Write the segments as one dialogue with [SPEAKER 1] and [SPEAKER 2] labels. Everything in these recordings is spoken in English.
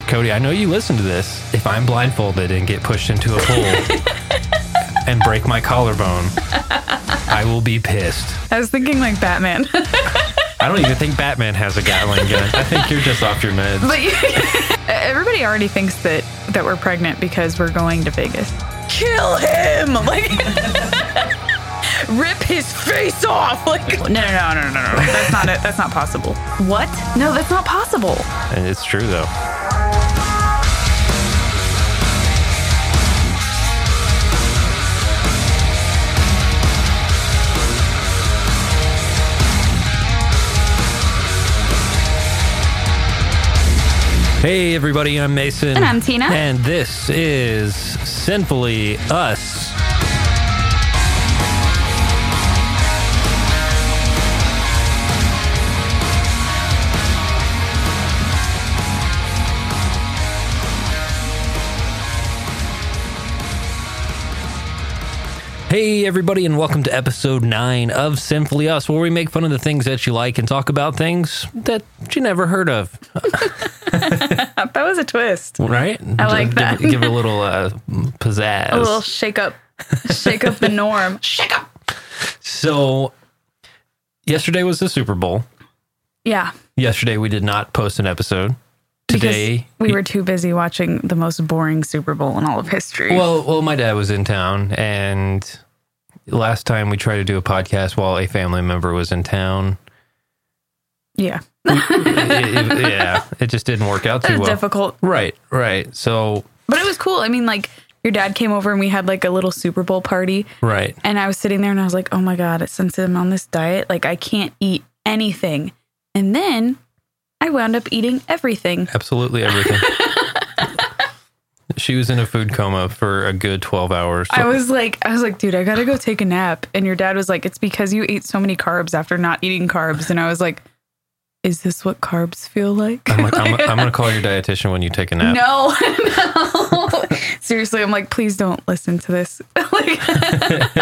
[SPEAKER 1] Cody, I know you listen to this. If I'm blindfolded and get pushed into a pool and break my collarbone, I will be pissed.
[SPEAKER 2] I was thinking like Batman.
[SPEAKER 1] I don't even think Batman has a Gatling gun. I think you're just off your meds.
[SPEAKER 2] but you, everybody already thinks that that we're pregnant because we're going to Vegas. Kill him! Like rip his face off! Like no, no, no, no, no, no. That's not it. That's not possible. What? No, that's not possible.
[SPEAKER 1] And it's true though. Hey everybody, I'm Mason.
[SPEAKER 2] And I'm Tina.
[SPEAKER 1] And this is Sinfully Us. Hey, everybody, and welcome to episode nine of Sinfully Us, where we make fun of the things that you like and talk about things that you never heard of,
[SPEAKER 2] Uh, That was a twist.
[SPEAKER 1] right?
[SPEAKER 2] I like
[SPEAKER 1] Give-
[SPEAKER 2] that.
[SPEAKER 1] Give, it a little uh, pizzazz.
[SPEAKER 2] A little shake up, shake up the norm. Shake up.
[SPEAKER 1] So, yesterday was the Super Bowl.
[SPEAKER 2] Yeah.
[SPEAKER 1] Yesterday, we did not post an episode.
[SPEAKER 2] because
[SPEAKER 1] Today,
[SPEAKER 2] we were too busy watching the most boring Super Bowl in all of history.
[SPEAKER 1] well, well, my dad was in town, and last time we tried to do a podcast while a family member was in town.
[SPEAKER 2] yeah,
[SPEAKER 1] It- it- yeah, it just didn't work out
[SPEAKER 2] that
[SPEAKER 1] too
[SPEAKER 2] was
[SPEAKER 1] well.
[SPEAKER 2] difficult,
[SPEAKER 1] Right, right. So,
[SPEAKER 2] but it was cool. I mean, like your dad came over and we had like a little Super Bowl party,
[SPEAKER 1] right.
[SPEAKER 2] and I was sitting there and I was like, "Oh my god, since I'm on this diet, like I can't eat anything," and then I wound up eating everything.
[SPEAKER 1] Absolutely everything. she was in a food coma for a good 12 hours.
[SPEAKER 2] I was like, I was like, dude, I gotta go take a nap. And your dad was like, it's because you ate so many carbs after not eating carbs. And I was like, is this what carbs feel like? uh,
[SPEAKER 1] I'm, like, I'm, I'm going to call your dietitian when you take a nap.
[SPEAKER 2] No, no. Seriously, I'm like, please don't listen to this. like,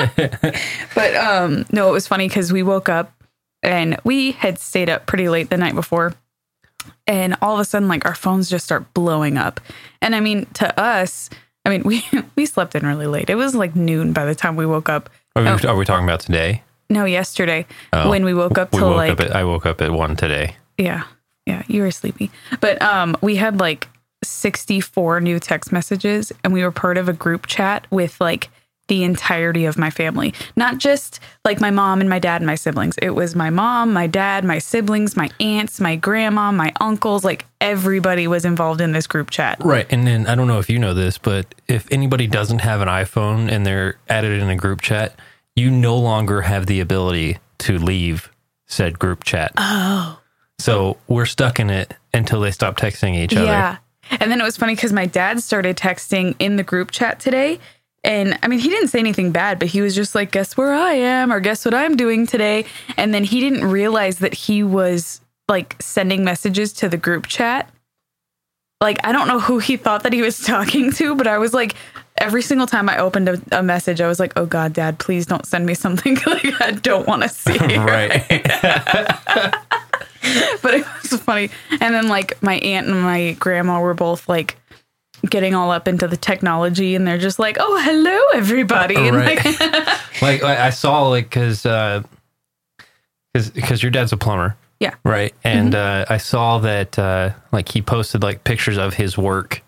[SPEAKER 2] but um, no, it was funny because we woke up and we had stayed up pretty late the night before, and all of a sudden, like our phones just start blowing up. And I mean, to us, I mean, we we slept in really late. It was like noon by the time we woke up.
[SPEAKER 1] Are, we, are we talking about today?
[SPEAKER 2] No, yesterday
[SPEAKER 1] Oh.
[SPEAKER 2] when we woke up
[SPEAKER 1] We
[SPEAKER 2] till
[SPEAKER 1] woke
[SPEAKER 2] like
[SPEAKER 1] up at, I woke up at 1 today.
[SPEAKER 2] yeah. Yeah. You were sleepy. But um we had like 64 new text messages and we were part of a group chat with like the entirety of my family. Not just like my mom and my dad and my siblings. It was my mom, my dad, my siblings, my aunts, my grandma, my uncles, like everybody was involved in this group chat.
[SPEAKER 1] Right. And then I don't know if you know this, but if anybody doesn't have an iPhone and they're added in a group chat, you no longer have the ability to leave said group chat. Oh. So we're stuck in it until they stop texting each other.
[SPEAKER 2] Yeah. And then it was funny because my dad started texting in the group chat today. And I mean, he didn't say anything bad, but he was just like, guess where I am or guess what I'm doing today. And then he didn't realize that he was like sending messages to the group chat. Like, I don't know who he thought that he was talking to, but I was like, every single time I opened a, a message, I was like, oh God, dad, please don't send me something like I don't want to see.
[SPEAKER 1] Right.
[SPEAKER 2] but it was funny. And then like my aunt and my grandma were both like getting all up into the technology and they're just like, "Oh, hello everybody." And
[SPEAKER 1] Oh, Right.
[SPEAKER 2] like
[SPEAKER 1] like I I saw like because because your dad's a plumber
[SPEAKER 2] yeah.
[SPEAKER 1] right and
[SPEAKER 2] Mm-hmm.
[SPEAKER 1] uh, i saw that uh, like he posted like pictures of his work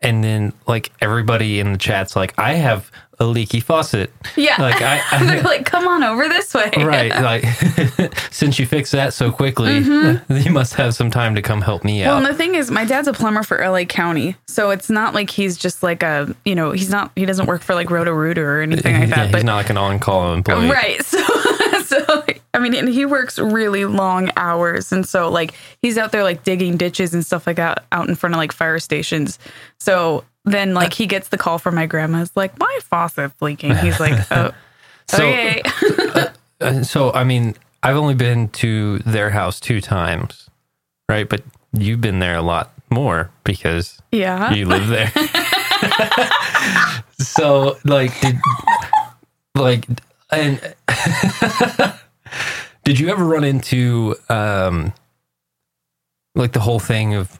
[SPEAKER 1] and then like everybody in the chat's like i have a leaky faucet
[SPEAKER 2] Yeah.
[SPEAKER 1] like i,
[SPEAKER 2] they're
[SPEAKER 1] I
[SPEAKER 2] like, "Come on over this way."
[SPEAKER 1] right like since you fixed that so quickly you must have some time to come help me
[SPEAKER 2] Mm-hmm. Well,
[SPEAKER 1] out
[SPEAKER 2] and the thing is, my dad's a plumber for LA County, so it's not like he's just like a, you know, he's not, he doesn't work for like Roto Rooter or anything like
[SPEAKER 1] yeah,
[SPEAKER 2] that.
[SPEAKER 1] he's
[SPEAKER 2] but
[SPEAKER 1] not like an on-call employee
[SPEAKER 2] Right. So, so I mean, and he works really long hours, and so like he's out there like digging ditches and stuff like that out in front of like fire stations. So then like he gets the call from my grandma's like my faucet's leaking. He's like, oh,
[SPEAKER 1] So-
[SPEAKER 2] okay.
[SPEAKER 1] Uh, so I mean, I've only been to their house two times, right? But you've been there a lot more because
[SPEAKER 2] yeah.
[SPEAKER 1] you live there. so like, did, like, and did you ever run into um, like the whole thing of?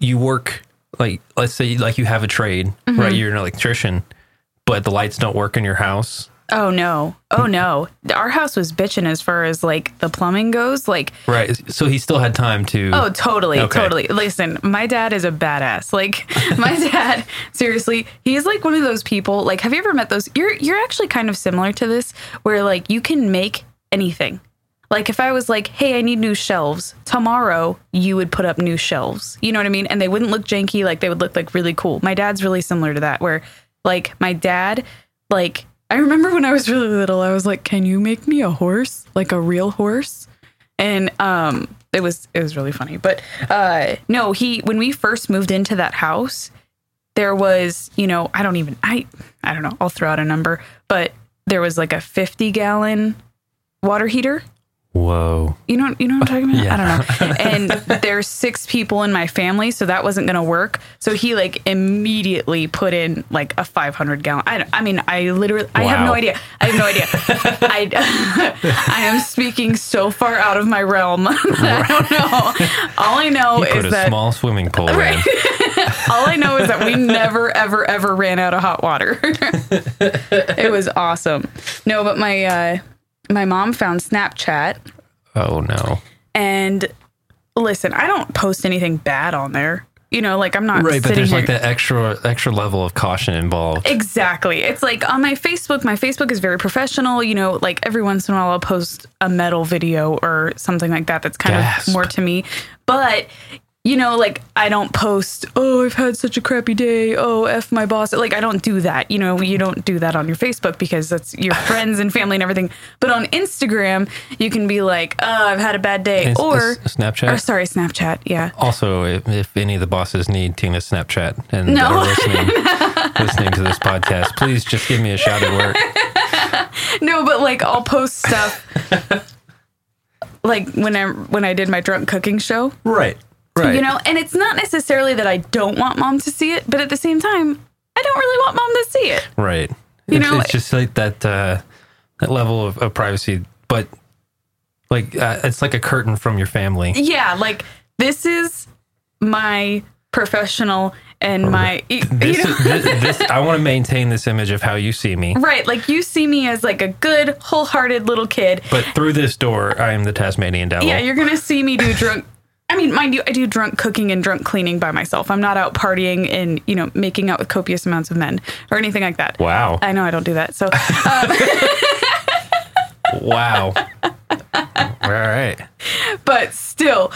[SPEAKER 1] you work like let's say like you have a trade,
[SPEAKER 2] Mm-hmm.
[SPEAKER 1] right? You're an electrician, but the lights don't work in your house.
[SPEAKER 2] Oh no. Oh no. Our house was bitching as far as like the plumbing goes. Like,
[SPEAKER 1] Right. So he still had time to
[SPEAKER 2] oh, totally,
[SPEAKER 1] Okay.
[SPEAKER 2] totally. Listen, my dad is a badass. Like, my dad, seriously, he's like one of those people. Like, have you ever met those? You're you're actually kind of similar to this, where like you can make anything. Like, if I was like, hey, I need new shelves tomorrow, you would put up new shelves. You know what I mean? And they wouldn't look janky. Like, they would look like really cool. My dad's really similar to that, where like my dad like I remember when I was really little, I was like, "Can you make me a horse, like a real horse?" And um, it was it was really funny. But uh, no, he when we first moved into that house, there was you know I don't even I I don't know I'll throw out a number, but there was like a fifty gallon water heater.
[SPEAKER 1] whoa.
[SPEAKER 2] You know, you know what I'm talking about?
[SPEAKER 1] Yeah.
[SPEAKER 2] I don't know. And there's six people in my family, so that wasn't going to work. So he like immediately put in like a 500 gallon. I, don't- I mean, I literally, I have
[SPEAKER 1] Wow.
[SPEAKER 2] no idea. I have no idea. I, I am speaking so far out of my realm. that I don't know. All I know
[SPEAKER 1] Put
[SPEAKER 2] is
[SPEAKER 1] a
[SPEAKER 2] that
[SPEAKER 1] small swimming pool in.
[SPEAKER 2] all I know is that we never, ever, ever ran out of hot water. it was awesome. No, but my uh, my mom found Snapchat.
[SPEAKER 1] Oh no.
[SPEAKER 2] And listen, I don't post anything bad on there. You know, like I'm not
[SPEAKER 1] Right, but
[SPEAKER 2] sitting
[SPEAKER 1] there's
[SPEAKER 2] here.
[SPEAKER 1] like that extra extra level of caution involved.
[SPEAKER 2] Exactly. It's like on my Facebook, my Facebook is very professional. You know, like every once in a while I'll post a metal video or something like that that's kind
[SPEAKER 1] Gasp.
[SPEAKER 2] of more to me. But, you know, like I don't post, oh, I've had such a crappy day. Oh, F my boss. Like I don't do that. You know, you don't do that on your Facebook because that's your friends and family and everything. But on Instagram, you can be like, oh, I've had a bad day.
[SPEAKER 1] Is-
[SPEAKER 2] or.
[SPEAKER 1] is Snapchat.
[SPEAKER 2] Or sorry, Snapchat. Yeah.
[SPEAKER 1] also, if, if any of the bosses need Tina's Snapchat and
[SPEAKER 2] No.
[SPEAKER 1] are listening listening to this podcast, please just give me a shout at work.
[SPEAKER 2] No, but like I'll post stuff. like when I when I did my drunk cooking show,
[SPEAKER 1] Right. Right.
[SPEAKER 2] you know, and it's not necessarily that I don't want mom to see it, but at the same time, I don't really want mom to see it.
[SPEAKER 1] Right.
[SPEAKER 2] You
[SPEAKER 1] it's,
[SPEAKER 2] know,
[SPEAKER 1] it's just like that uh, that level of, of privacy, but like uh, it's like a curtain from your family.
[SPEAKER 2] Yeah, like this is my professional and my you
[SPEAKER 1] This,
[SPEAKER 2] know.
[SPEAKER 1] is, this, this I want to maintain this image of how you see me,
[SPEAKER 2] Right, like you see me as like a good, wholehearted little kid,
[SPEAKER 1] but through this door, I am the Tasmanian devil.
[SPEAKER 2] Yeah, you're gonna see me do drunk. I mean, mind you, I do drunk cooking and drunk cleaning by myself. I'm not out partying and you know making out with copious amounts of men or anything like that.
[SPEAKER 1] wow.
[SPEAKER 2] I know I don't do that. So
[SPEAKER 1] wow. All right.
[SPEAKER 2] but still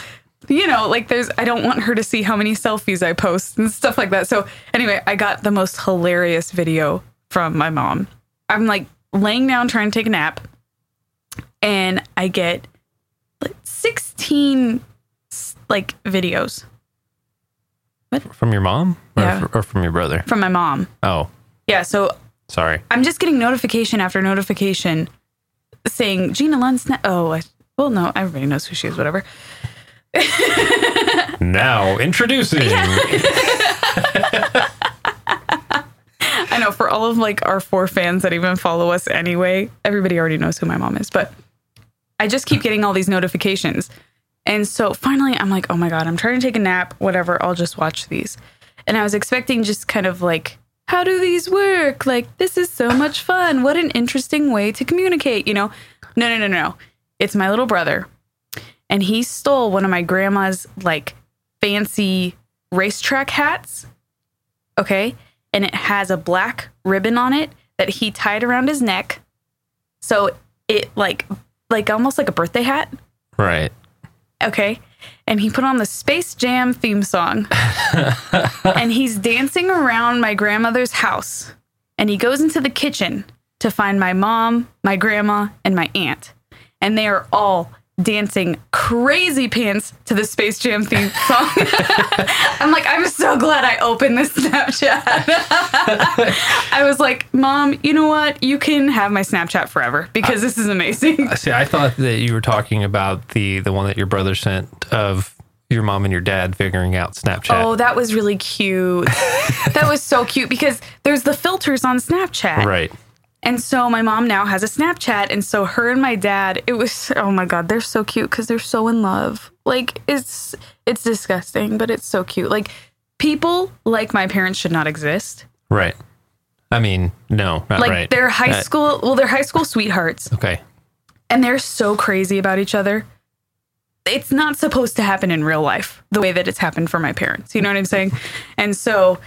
[SPEAKER 2] you know like there's i don't want her to see how many selfies i post and stuff like that so anyway i got the most hilarious video from my mom i'm like laying down trying to take a nap and i get like 16 s- like videos
[SPEAKER 1] From your mom or,
[SPEAKER 2] Yeah.
[SPEAKER 1] or from your brother?
[SPEAKER 2] from my mom
[SPEAKER 1] Oh,
[SPEAKER 2] yeah so
[SPEAKER 1] sorry.
[SPEAKER 2] i'm just getting notification after notification saying gina lund's na- oh I, well no everybody knows who she is whatever
[SPEAKER 1] Now introducing.
[SPEAKER 2] I know for all of like our four fans that even follow us anyway, everybody already knows who my mom is, but I just keep getting all these notifications. And so finally I'm like, oh my God, I'm trying to take a nap, whatever, I'll just watch these. And I was expecting just kind of like, how do these work? Like, this is so much fun. What an interesting way to communicate, you know? No, no, no, no. It's my little brother. And he stole one of my grandma's like fancy racetrack hats okay? And it has a black ribbon on it that he tied around his neck. So it like like almost like a birthday hat,
[SPEAKER 1] Right.
[SPEAKER 2] okay? And he put on the Space Jam theme song. and he's dancing around my grandmother's house. And he goes into the kitchen to find my mom, my grandma, and my aunt. And they are all dancing crazy pants to the Space Jam theme song. I'm like, I'm so glad I opened this Snapchat. I was like, Mom, you know what? You can have my Snapchat forever because this is amazing.
[SPEAKER 1] See, I thought that you were talking about the the one that your brother sent of your mom and your dad figuring out Snapchat.
[SPEAKER 2] Oh, that was really cute. that was so cute because there's the filters on Snapchat.
[SPEAKER 1] Right.
[SPEAKER 2] And so my mom now has a Snapchat. And so her and my dad, it was oh my god, they're so cute because they're so in love. Like it's it's disgusting, but it's so cute. Like people like my parents should not exist.
[SPEAKER 1] Right. I mean, no, not
[SPEAKER 2] Like
[SPEAKER 1] right.
[SPEAKER 2] they're high
[SPEAKER 1] That-
[SPEAKER 2] school well, they're high school sweethearts
[SPEAKER 1] Okay.
[SPEAKER 2] and they're so crazy about each other. It's not supposed to happen in real life the way that it's happened for my parents. You know what I'm saying? And so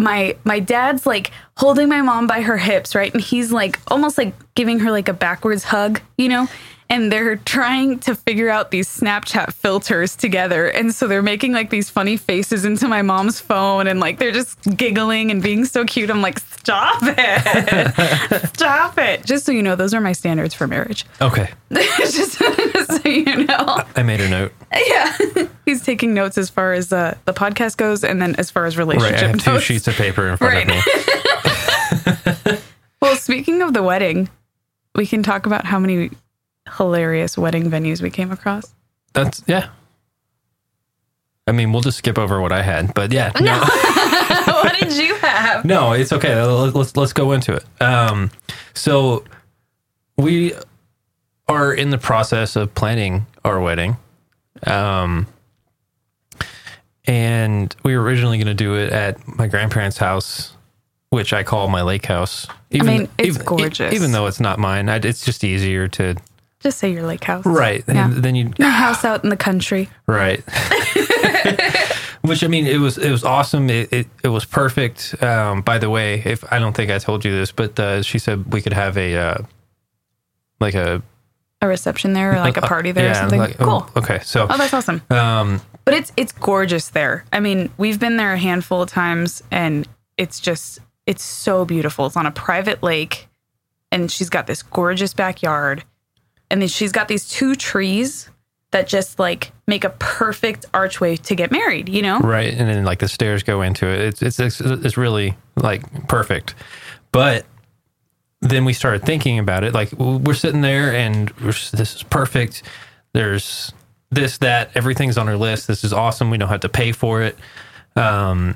[SPEAKER 2] my my dad's like holding my mom by her hips, right? And he's like almost like giving her like a backwards hug, you know? And they're trying to figure out these Snapchat filters together. And so they're making like these funny faces into my mom's phone and like they're just giggling and being so cute. I'm like, stop it. stop it. Just so you know, those are my standards for marriage.
[SPEAKER 1] Okay.
[SPEAKER 2] just, just so you know.
[SPEAKER 1] I made a note.
[SPEAKER 2] Yeah. He's taking notes as far as uh, the podcast goes and then as far as
[SPEAKER 1] Right. I
[SPEAKER 2] relationship
[SPEAKER 1] have two
[SPEAKER 2] notes.
[SPEAKER 1] sheets of paper in front of me.
[SPEAKER 2] Well, speaking of the wedding, we can talk about how many hilarious wedding venues we came across.
[SPEAKER 1] That's yeah. I mean, we'll just skip over what I had, but yeah, no,
[SPEAKER 2] what did you have?
[SPEAKER 1] no, it's okay. Let's let's- let's go into it. Um, so we are in the process of planning our wedding, um, and we were originally going to do it at my grandparents' house, which I call my lake house. Even,
[SPEAKER 2] mean, it's
[SPEAKER 1] e-
[SPEAKER 2] gorgeous.
[SPEAKER 1] even though it's not mine, I, it's just easier to
[SPEAKER 2] Just say your lake house.
[SPEAKER 1] right.
[SPEAKER 2] Yeah.
[SPEAKER 1] And then you
[SPEAKER 2] My house out in the country.
[SPEAKER 1] Right. Which I mean, it was it was awesome. It it, it was perfect. Um, by the way, if I don't think I told you this, but uh, she said we could have a uh, like a
[SPEAKER 2] A reception there or like a party there or
[SPEAKER 1] Uh, yeah,
[SPEAKER 2] something.
[SPEAKER 1] like-
[SPEAKER 2] cool.
[SPEAKER 1] oh, okay, so
[SPEAKER 2] Oh, that's awesome.
[SPEAKER 1] um,
[SPEAKER 2] But it's it's gorgeous there. I mean, we've been there a handful of times and it's just it's so beautiful. It's on a private lake and she's got this gorgeous backyard. And then she's got these two trees that just like make a perfect archway to get married, you know?
[SPEAKER 1] right, and then like the stairs go into it. It's it's it's, it's really like perfect, but. Then we started thinking about it. Like w- we're sitting there, and we're, s- this is perfect. There's this, that, everything's on our list. This is awesome. We don't have to pay for it. um,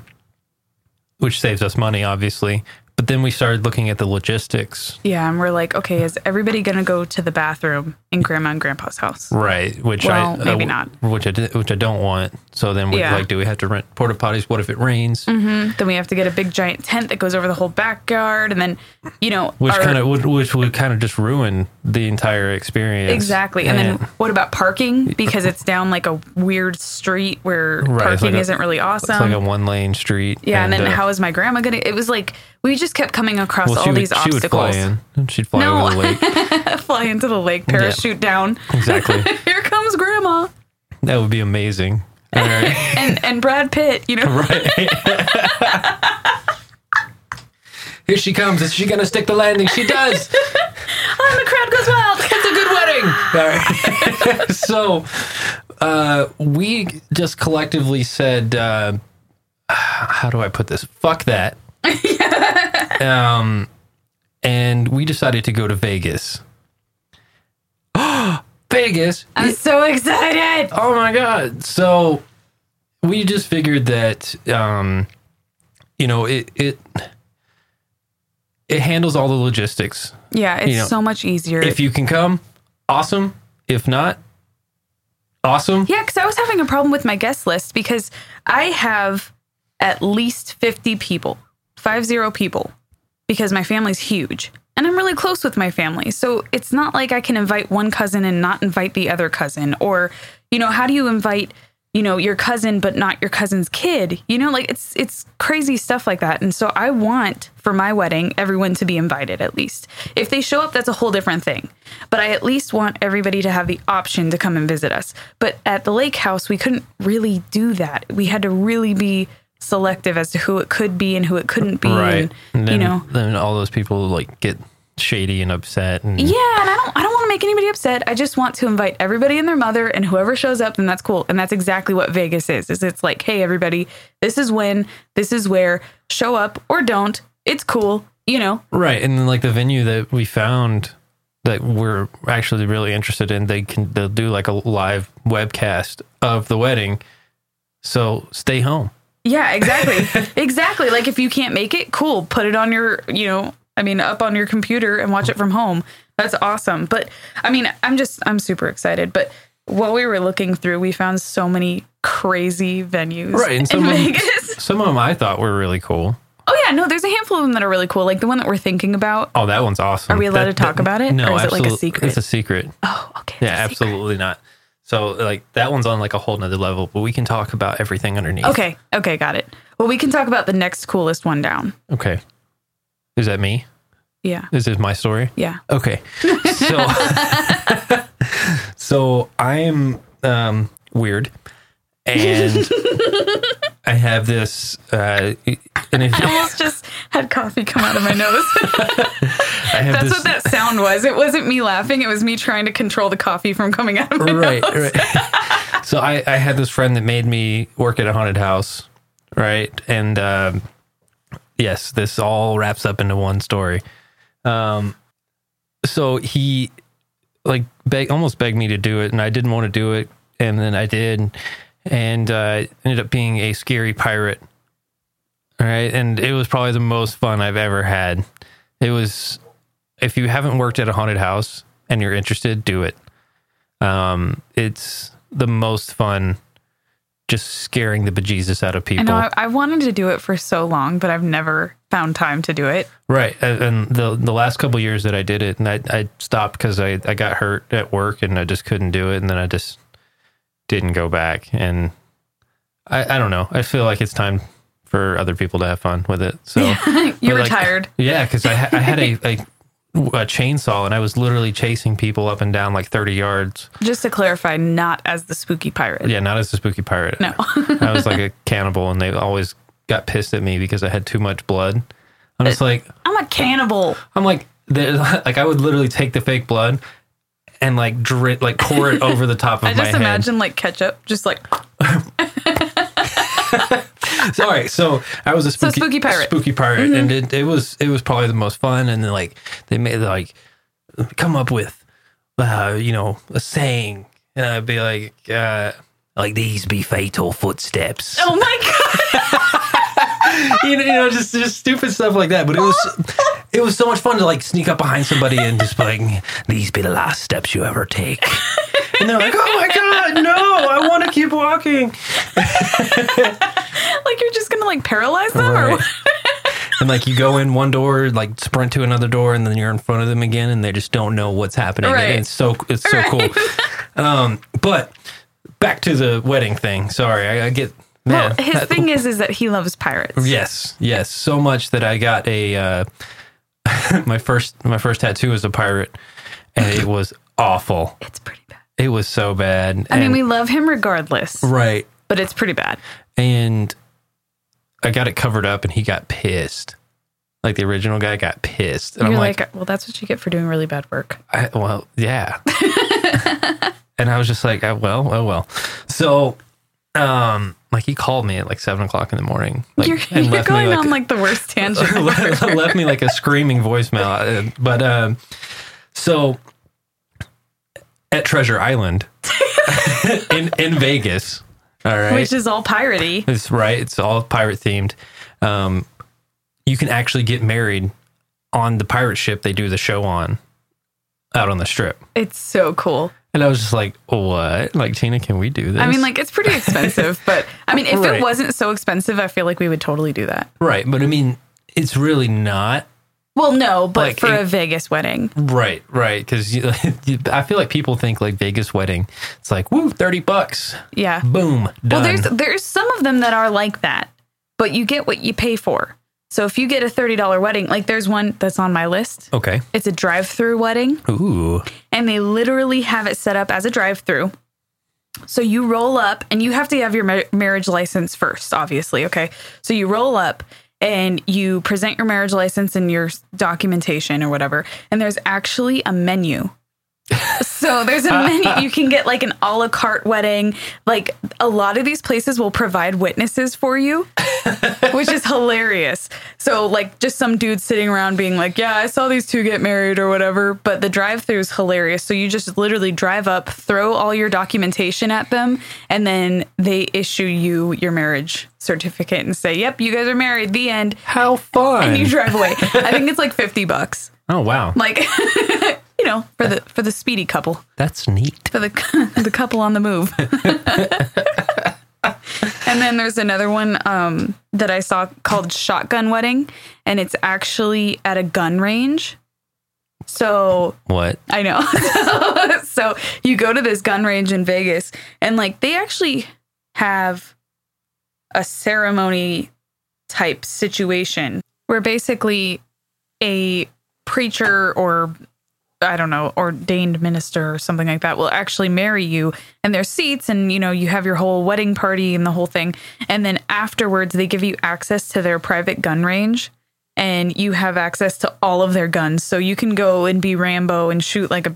[SPEAKER 1] which saves us money, obviously. But then we started looking at the logistics,
[SPEAKER 2] Yeah, and we're like, okay, is everybody gonna go to the bathroom in grandma and grandpa's house?
[SPEAKER 1] right? Which I
[SPEAKER 2] Well, maybe
[SPEAKER 1] uh,
[SPEAKER 2] not.
[SPEAKER 1] Which I did, which I don't want. So then we
[SPEAKER 2] Yeah.
[SPEAKER 1] like, do we have to rent porta potties? What if it rains?
[SPEAKER 2] Then we have to get a big giant tent that goes over the whole backyard and then you know
[SPEAKER 1] Which
[SPEAKER 2] our-
[SPEAKER 1] kind of would which would kind of just ruin the entire experience.
[SPEAKER 2] Exactly. And then what about parking? Because it's down like a weird street where
[SPEAKER 1] Right, it's
[SPEAKER 2] parking
[SPEAKER 1] like a-
[SPEAKER 2] isn't really awesome.
[SPEAKER 1] it's like a one lane street.
[SPEAKER 2] um, yeah. And, then
[SPEAKER 1] uh,
[SPEAKER 2] how is my grandma going to? It was like, we just kept coming across
[SPEAKER 1] well,
[SPEAKER 2] all
[SPEAKER 1] she would,
[SPEAKER 2] these
[SPEAKER 1] she
[SPEAKER 2] obstacles.
[SPEAKER 1] would fly in. and She'd fly
[SPEAKER 2] No.
[SPEAKER 1] over the lake.
[SPEAKER 2] Fly into the lake, parachute down.
[SPEAKER 1] Exactly.
[SPEAKER 2] Here comes grandma
[SPEAKER 1] that would be amazing. All right.
[SPEAKER 2] and, and Brad Pitt, you know?
[SPEAKER 1] Here she comes. Is she gonna stick the landing? She does.
[SPEAKER 2] And the crowd goes wild.
[SPEAKER 1] It's a good wedding. All right. so uh, we just collectively said, uh, how do I put this? Fuck that. um, and we decided to go to Vegas. Vegas.
[SPEAKER 2] I'm so excited.
[SPEAKER 1] Oh my god! So we just figured that um, you know it it it handles all the logistics.
[SPEAKER 2] Yeah. It's
[SPEAKER 1] You know,
[SPEAKER 2] so much easier. Yeah, 'cause
[SPEAKER 1] If you can come, awesome. If not, awesome.
[SPEAKER 2] yeah. Cause I was having a problem with my guest list because I have at least 50 people, five zero people, because my family's huge and I'm really close with my family. So it's not like I can invite one cousin and not invite the other cousin. Or, you know, how do you invite, you know, your cousin but not your cousin's kid? You know, like it's it's crazy stuff like that. And so I want for my wedding everyone to be invited at least. If they show up, that's a whole different thing. But I at least want everybody to have the option to come and visit us. But at the lake house, we couldn't really do that. We had to really be selective as to who it could be and who it couldn't be. and,
[SPEAKER 1] And then,
[SPEAKER 2] you know,
[SPEAKER 1] then all those people like get shady and upset. And
[SPEAKER 2] yeah, and I don't I don't want to make anybody upset. I just want to invite everybody and their mother and whoever shows up, then that's cool. And that's exactly what Vegas is. Is it's like, hey everybody, this is when, this is where, show up or don't. It's cool, you know.
[SPEAKER 1] Right, and then like the venue that we found that we're actually really interested in, they can they'll do like a live webcast of the wedding. So stay home.
[SPEAKER 2] Yeah, exactly. exactly. Like if you can't make it, cool, put it on your, you know, I mean, up on your computer and watch it from home. That's awesome. But I mean, I'm just, I'm super excited. But while we were looking through, we found so many crazy venues
[SPEAKER 1] Right, and
[SPEAKER 2] in
[SPEAKER 1] some of 'em-
[SPEAKER 2] Vegas.
[SPEAKER 1] Some of them I thought were really cool.
[SPEAKER 2] Oh, yeah. No, there's a handful of them that are really cool. Like the one that we're thinking about.
[SPEAKER 1] Oh, that one's awesome.
[SPEAKER 2] Are we allowed
[SPEAKER 1] That-
[SPEAKER 2] to talk
[SPEAKER 1] that-
[SPEAKER 2] about it?
[SPEAKER 1] No,
[SPEAKER 2] Or is it like a
[SPEAKER 1] absolute-
[SPEAKER 2] secret?
[SPEAKER 1] It's a secret.
[SPEAKER 2] Oh, okay.
[SPEAKER 1] Yeah,
[SPEAKER 2] that's a secret.
[SPEAKER 1] absolutely not. So like that one's on like a whole nother level, but we can talk about everything underneath.
[SPEAKER 2] Okay. Okay. Got it. Well, we can talk about the next coolest one down.
[SPEAKER 1] Okay. Is that me?
[SPEAKER 2] Yeah.
[SPEAKER 1] Is this my story?
[SPEAKER 2] Yeah.
[SPEAKER 1] Okay. So So I am um weird and I have this uh and if
[SPEAKER 2] I almost just had coffee come out of my nose.
[SPEAKER 1] I have
[SPEAKER 2] That's
[SPEAKER 1] this
[SPEAKER 2] what that sound was. It wasn't me laughing. It was me trying to control the coffee from coming out of my
[SPEAKER 1] right,
[SPEAKER 2] nose.
[SPEAKER 1] right. so I, I had this friend that made me work at a haunted house, right? And um, yes, this all wraps up into one story. Um, so he like beg, almost begged me to do it, and I didn't want to do it, and then I did, and uh, ended up being a scary pirate. All right, and it was probably the most fun I've ever had. It was if you haven't worked at a haunted house and you're interested, do it. Um, it's the most fun, just scaring the bejesus out of
[SPEAKER 2] I
[SPEAKER 1] people.
[SPEAKER 2] know I, I wanted to do it for so long, but I've never found time to do it.
[SPEAKER 1] Right, and and the the last couple years that I did it, and I I stopped because I I got hurt at work and I just couldn't do it, and then I just didn't go back, and I I don't know. I feel like it's time for other people to have fun with it. So
[SPEAKER 2] you
[SPEAKER 1] But,
[SPEAKER 2] were
[SPEAKER 1] like,
[SPEAKER 2] tired.
[SPEAKER 1] Yeah, because I ha- I had a, a a chainsaw and I was literally chasing people up and down like thirty yards.
[SPEAKER 2] Just to clarify, not as the spooky pirate.
[SPEAKER 1] Yeah, not as a spooky pirate.
[SPEAKER 2] No.
[SPEAKER 1] I was like a cannibal, and they always got pissed at me because I had too much blood. I'm just like.
[SPEAKER 2] I'm a cannibal.
[SPEAKER 1] I'm like, there's- like I would literally take the fake blood and like drip, like pour it over the top of
[SPEAKER 2] I
[SPEAKER 1] my
[SPEAKER 2] just
[SPEAKER 1] head.
[SPEAKER 2] imagine like ketchup, just like
[SPEAKER 1] So, all right, so I was a spooky,
[SPEAKER 2] spooky pirate. Mm-hmm.
[SPEAKER 1] spooky pirate, and it, it was it was probably the most fun. And then like they made like come up with uh, you know a saying, and I'd be like uh, like these be fatal footsteps.
[SPEAKER 2] oh my
[SPEAKER 1] you know, you know, just just stupid stuff like that. But it was it was so much fun to like sneak up behind somebody and just be like, these be the last steps you ever take. And they're like, oh my god, no, I want to keep walking.
[SPEAKER 2] god! like you're just gonna like paralyze them, or
[SPEAKER 1] Right.
[SPEAKER 2] what?
[SPEAKER 1] And like you go in one door, like sprint to another door, and then you're in front of them again, and they just don't know what's happening.
[SPEAKER 2] Right.
[SPEAKER 1] And it's so it's so cool. Um, but back to the wedding thing. Sorry, I, I get
[SPEAKER 2] well,
[SPEAKER 1] man.
[SPEAKER 2] his
[SPEAKER 1] that-
[SPEAKER 2] thing is is that he loves pirates.
[SPEAKER 1] Yes, yes, so much that I got a uh, my first my first tattoo was a pirate, and it was awful.
[SPEAKER 2] It's pretty bad.
[SPEAKER 1] It was so bad.
[SPEAKER 2] I mean,
[SPEAKER 1] and,
[SPEAKER 2] we love him regardless,
[SPEAKER 1] right,
[SPEAKER 2] but it's pretty bad.
[SPEAKER 1] and I got it covered up, and he got pissed. Like the original guy got pissed, and
[SPEAKER 2] You're
[SPEAKER 1] I'm
[SPEAKER 2] like,
[SPEAKER 1] like,
[SPEAKER 2] well, that's what you get for doing really bad work.
[SPEAKER 1] I, well, yeah. and I was just like, I, well, oh well. So, um, like he called me at like seven o'clock in the morning, like,
[SPEAKER 2] You're,
[SPEAKER 1] and
[SPEAKER 2] you're
[SPEAKER 1] left
[SPEAKER 2] going
[SPEAKER 1] me like
[SPEAKER 2] on like the worst tangent.
[SPEAKER 1] left, left me like a screaming voicemail. Uh, But um, so at Treasure Island in in Vegas, all right,
[SPEAKER 2] which is all piratey.
[SPEAKER 1] it's right. It's all pirate themed. Um, you can actually get married on the pirate ship they do the show on, out on the strip.
[SPEAKER 2] It's so cool.
[SPEAKER 1] And I was just like, "What? Like, Tina, can we do this?"
[SPEAKER 2] I mean, like it's pretty expensive, but I mean, if
[SPEAKER 1] Right.
[SPEAKER 2] it wasn't so expensive, I feel like we would totally do that.
[SPEAKER 1] right? But I mean, it's really not
[SPEAKER 2] Well, no, but
[SPEAKER 1] Like,
[SPEAKER 2] for
[SPEAKER 1] it-
[SPEAKER 2] a Vegas wedding,
[SPEAKER 1] Right, right. Because I feel like people think like Vegas wedding. It's like woo, thirty bucks.
[SPEAKER 2] yeah.
[SPEAKER 1] Boom,
[SPEAKER 2] Well,
[SPEAKER 1] done.
[SPEAKER 2] there's there's some of them that are like that, but you get what you pay for. So if you get a thirty dollar wedding, like there's one that's on my list.
[SPEAKER 1] okay.
[SPEAKER 2] It's a drive through wedding.
[SPEAKER 1] Ooh,
[SPEAKER 2] and they literally have it set up as a drive-through. So you roll up, and you have to have your ma- marriage license first, obviously. Okay, so you roll up and you present your marriage license and your s- documentation or whatever, and there's actually a menu So there's a menu. You can get like an a la carte wedding. Like a lot of these places will provide witnesses for you, which is hilarious. So like just some dude sitting around being like, "Yeah, I saw these two get married or whatever." But the drive-through is hilarious. So you just literally drive up, throw all your documentation at them, and then they issue you your marriage certificate and say, "Yep, you guys are married." The end.
[SPEAKER 1] How
[SPEAKER 2] And you
[SPEAKER 1] fun!
[SPEAKER 2] drive away. I think it's like 50 bucks.
[SPEAKER 1] Oh wow,
[SPEAKER 2] Like you know, for the for the speedy couple
[SPEAKER 1] that's neat.
[SPEAKER 2] for the the couple on the move. and then there's another one um, that I saw called Shotgun Wedding, and it's actually at a gun range. So
[SPEAKER 1] What?
[SPEAKER 2] I know. so you go to this gun range in Vegas, and like they actually have a ceremony type situation where basically a preacher or I don't know, ordained minister or something like that will actually marry you and their seats and you know, you have your whole wedding party and the whole thing. And then afterwards they give you access to their private gun range and you have access to all of their guns. So you can go and be Rambo and shoot like a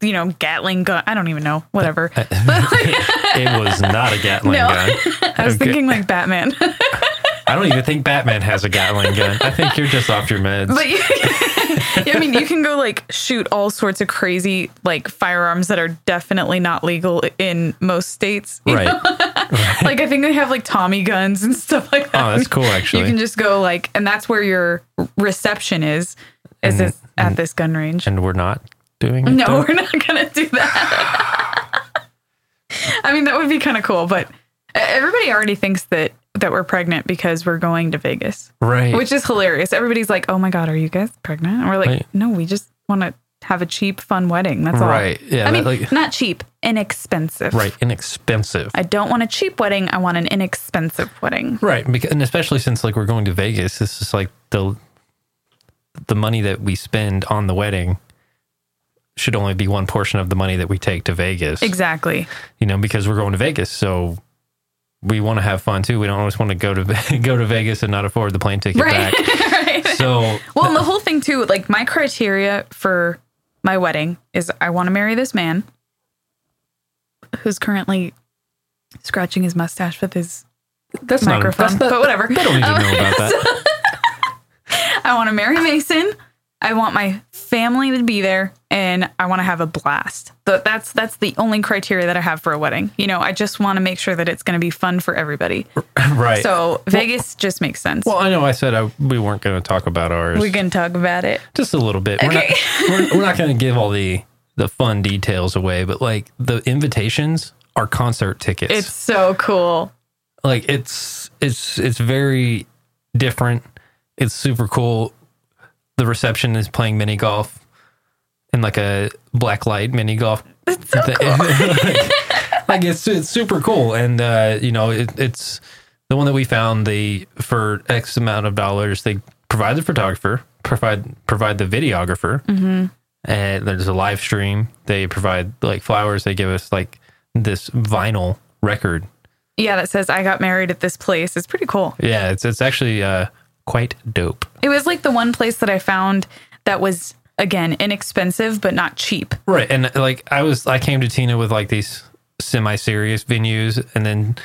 [SPEAKER 2] you know, Gatling gun. I don't even know, whatever.
[SPEAKER 1] It was not a Gatling
[SPEAKER 2] No.
[SPEAKER 1] gun.
[SPEAKER 2] I was
[SPEAKER 1] Okay.
[SPEAKER 2] thinking like Batman.
[SPEAKER 1] I don't even think Batman has a Gatling gun. I think you're just off your meds.
[SPEAKER 2] But you, I mean, you can go like shoot all sorts of crazy like firearms that are definitely not legal in most states. you
[SPEAKER 1] right.
[SPEAKER 2] know? like I think they have like Tommy guns and stuff like that.
[SPEAKER 1] Oh, that's cool,
[SPEAKER 2] You
[SPEAKER 1] actually.
[SPEAKER 2] can just go like, and that's where your reception is.
[SPEAKER 1] Mm-hmm.
[SPEAKER 2] Is this at this gun range?
[SPEAKER 1] and we're not doing it.
[SPEAKER 2] No,
[SPEAKER 1] though?
[SPEAKER 2] we're not gonna do that. I mean, that would be kind of cool, but e-, everybody already thinks that that we're pregnant because we're going to Vegas.
[SPEAKER 1] right.
[SPEAKER 2] Which is hilarious. Everybody's like, "Oh my god, are you guys pregnant?" And we're like,
[SPEAKER 1] Right.
[SPEAKER 2] "No, we just want to have a cheap, fun wedding. That's all."
[SPEAKER 1] Right. Yeah.
[SPEAKER 2] I mean,
[SPEAKER 1] that, like,
[SPEAKER 2] not cheap, inexpensive.
[SPEAKER 1] right. Inexpensive.
[SPEAKER 2] I don't want a cheap wedding. I want an inexpensive wedding.
[SPEAKER 1] right. Because, and especially since like we're going to Vegas, this is like the the money that we spend on the wedding should only be one portion of the money that we take to Vegas.
[SPEAKER 2] Exactly.
[SPEAKER 1] You know, because we're going to Vegas, so we want to have fun too. We don't always want to go to go to Vegas and not afford the plane ticket
[SPEAKER 2] Right.
[SPEAKER 1] back.
[SPEAKER 2] right.
[SPEAKER 1] So
[SPEAKER 2] Well, and the whole thing too, like my criteria for my wedding is I want to marry this man who's currently scratching his mustache with his
[SPEAKER 1] that's
[SPEAKER 2] microphone,
[SPEAKER 1] Not, that's not,
[SPEAKER 2] but whatever.
[SPEAKER 1] They don't need to know about that.
[SPEAKER 2] I want to marry Mason. I want my family to be there, and I want to have a blast. Th- That's that's the only criteria that I have for a wedding. You know, I just want to make sure that it's going to be fun for everybody.
[SPEAKER 1] right.
[SPEAKER 2] So Vegas just makes sense.
[SPEAKER 1] well, I know I said I, we weren't going to talk about ours.
[SPEAKER 2] we can talk about it.
[SPEAKER 1] just a little bit.
[SPEAKER 2] Okay.
[SPEAKER 1] We're not, we're, we're not going to give all the the fun details away, but like the invitations are concert tickets.
[SPEAKER 2] It's so cool.
[SPEAKER 1] like it's it's it's very different. It's super cool. The reception is playing mini golf in like a black light mini golf. thing. like, it's it's super cool, and uh, you know it, it's the one that we found. They for X amount of dollars, they provide the photographer, provide provide the videographer, and there's a live stream. They provide like flowers. They give us like this vinyl record
[SPEAKER 2] Yeah, that says I got married at this place. It's pretty cool.
[SPEAKER 1] yeah, it's it's actually uh, quite dope.
[SPEAKER 2] It was like the one place that I found that was again inexpensive but not cheap.
[SPEAKER 1] Right, and like I was, I came to Tina with like these semi-serious venues, and then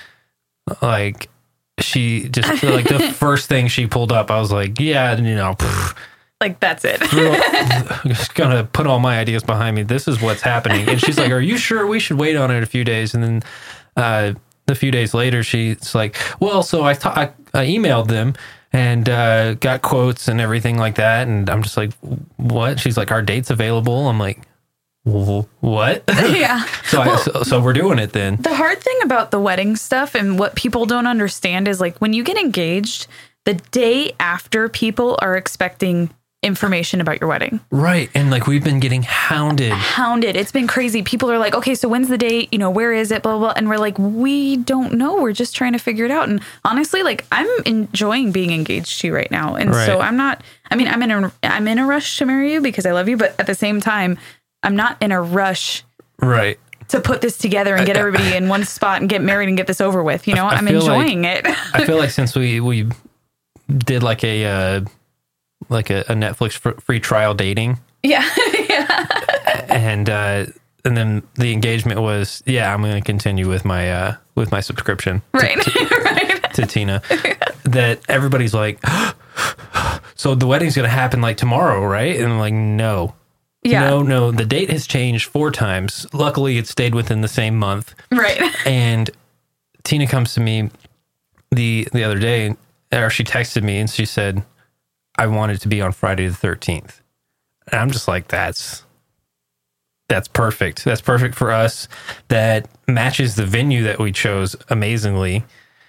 [SPEAKER 1] like she just like the first thing she pulled up, I was like, yeah, you know, pff,
[SPEAKER 2] Like that's it.
[SPEAKER 1] I'm just gonna put all my ideas behind me. This is what's happening, and she's like, are you sure we should wait on it a few days? And then uh, a few days later, she's like, well, so I ta- I, I emailed them. And uh, got quotes and everything like that, and I'm just like, what? She's like, our date's available. I'm like, "Wh- what?
[SPEAKER 2] yeah.
[SPEAKER 1] So, I, so, so we're doing it then.
[SPEAKER 2] The hard thing about the wedding stuff and what people don't understand is like when you get engaged, the day after people are expecting information about your wedding.
[SPEAKER 1] Right. And like we've been getting hounded.
[SPEAKER 2] Hounded. It's been crazy. People are like, okay, so when's the date? You know, where is it? Blah, blah, blah. And we're like, we don't know. We're just trying to figure it out. And honestly, like I'm enjoying being engaged to you right now. And so
[SPEAKER 1] Right.
[SPEAKER 2] I'm not, I mean, I'm in a, I'm in a rush to marry you because I love you. But at the same time, I'm not in a rush
[SPEAKER 1] Right.
[SPEAKER 2] to put this together and get everybody in one spot and get married and get this over with. You know, I'm
[SPEAKER 1] feel like-
[SPEAKER 2] enjoying it.
[SPEAKER 1] I feel like since we, we did like a, uh, like a, a Netflix fr- free trial dating
[SPEAKER 2] Yeah. yeah.
[SPEAKER 1] and uh, and then the engagement was, yeah, I'm going to continue with my uh, with my subscription
[SPEAKER 2] right, right.
[SPEAKER 1] to Tina. That everybody's like, so the wedding's going to happen like tomorrow, right? And I'm like, no,
[SPEAKER 2] Yeah,
[SPEAKER 1] no, no. The date has changed four times. Luckily, it stayed within the same month.
[SPEAKER 2] right.
[SPEAKER 1] And Tina comes to me the the other day, or she texted me and she said, "I want it to be on Friday the 13th." And I'm just like, "That's that's perfect. That's perfect for us. That matches the venue that we chose amazingly."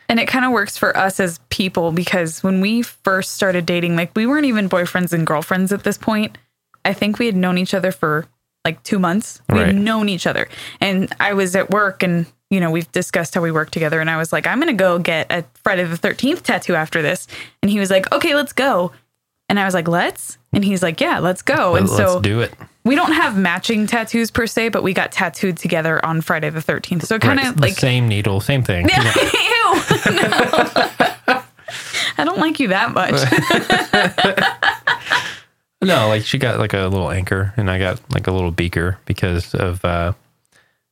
[SPEAKER 2] And it kind of works for us as people because when we first started dating, like we weren't even boyfriends and girlfriends at this point. I think we had known each other for like two months. We
[SPEAKER 1] Right.
[SPEAKER 2] had known each other. And I was at work and, you know, we've discussed how we work together. And I was like, I'm going to go get a Friday the 13th tattoo after this. And he was like, okay, let's go. And I was like, let's. And he's like, yeah, let's go.
[SPEAKER 1] But
[SPEAKER 2] and so
[SPEAKER 1] let's do it.
[SPEAKER 2] we don't have matching tattoos per se, but we got tattooed together on Friday the 13th. So it kind of
[SPEAKER 1] Right. The
[SPEAKER 2] like
[SPEAKER 1] same needle, same thing. Yeah.
[SPEAKER 2] Ew. No. I don't like you that much.
[SPEAKER 1] No, like she got like a little anchor, and I got like a little beaker because of uh,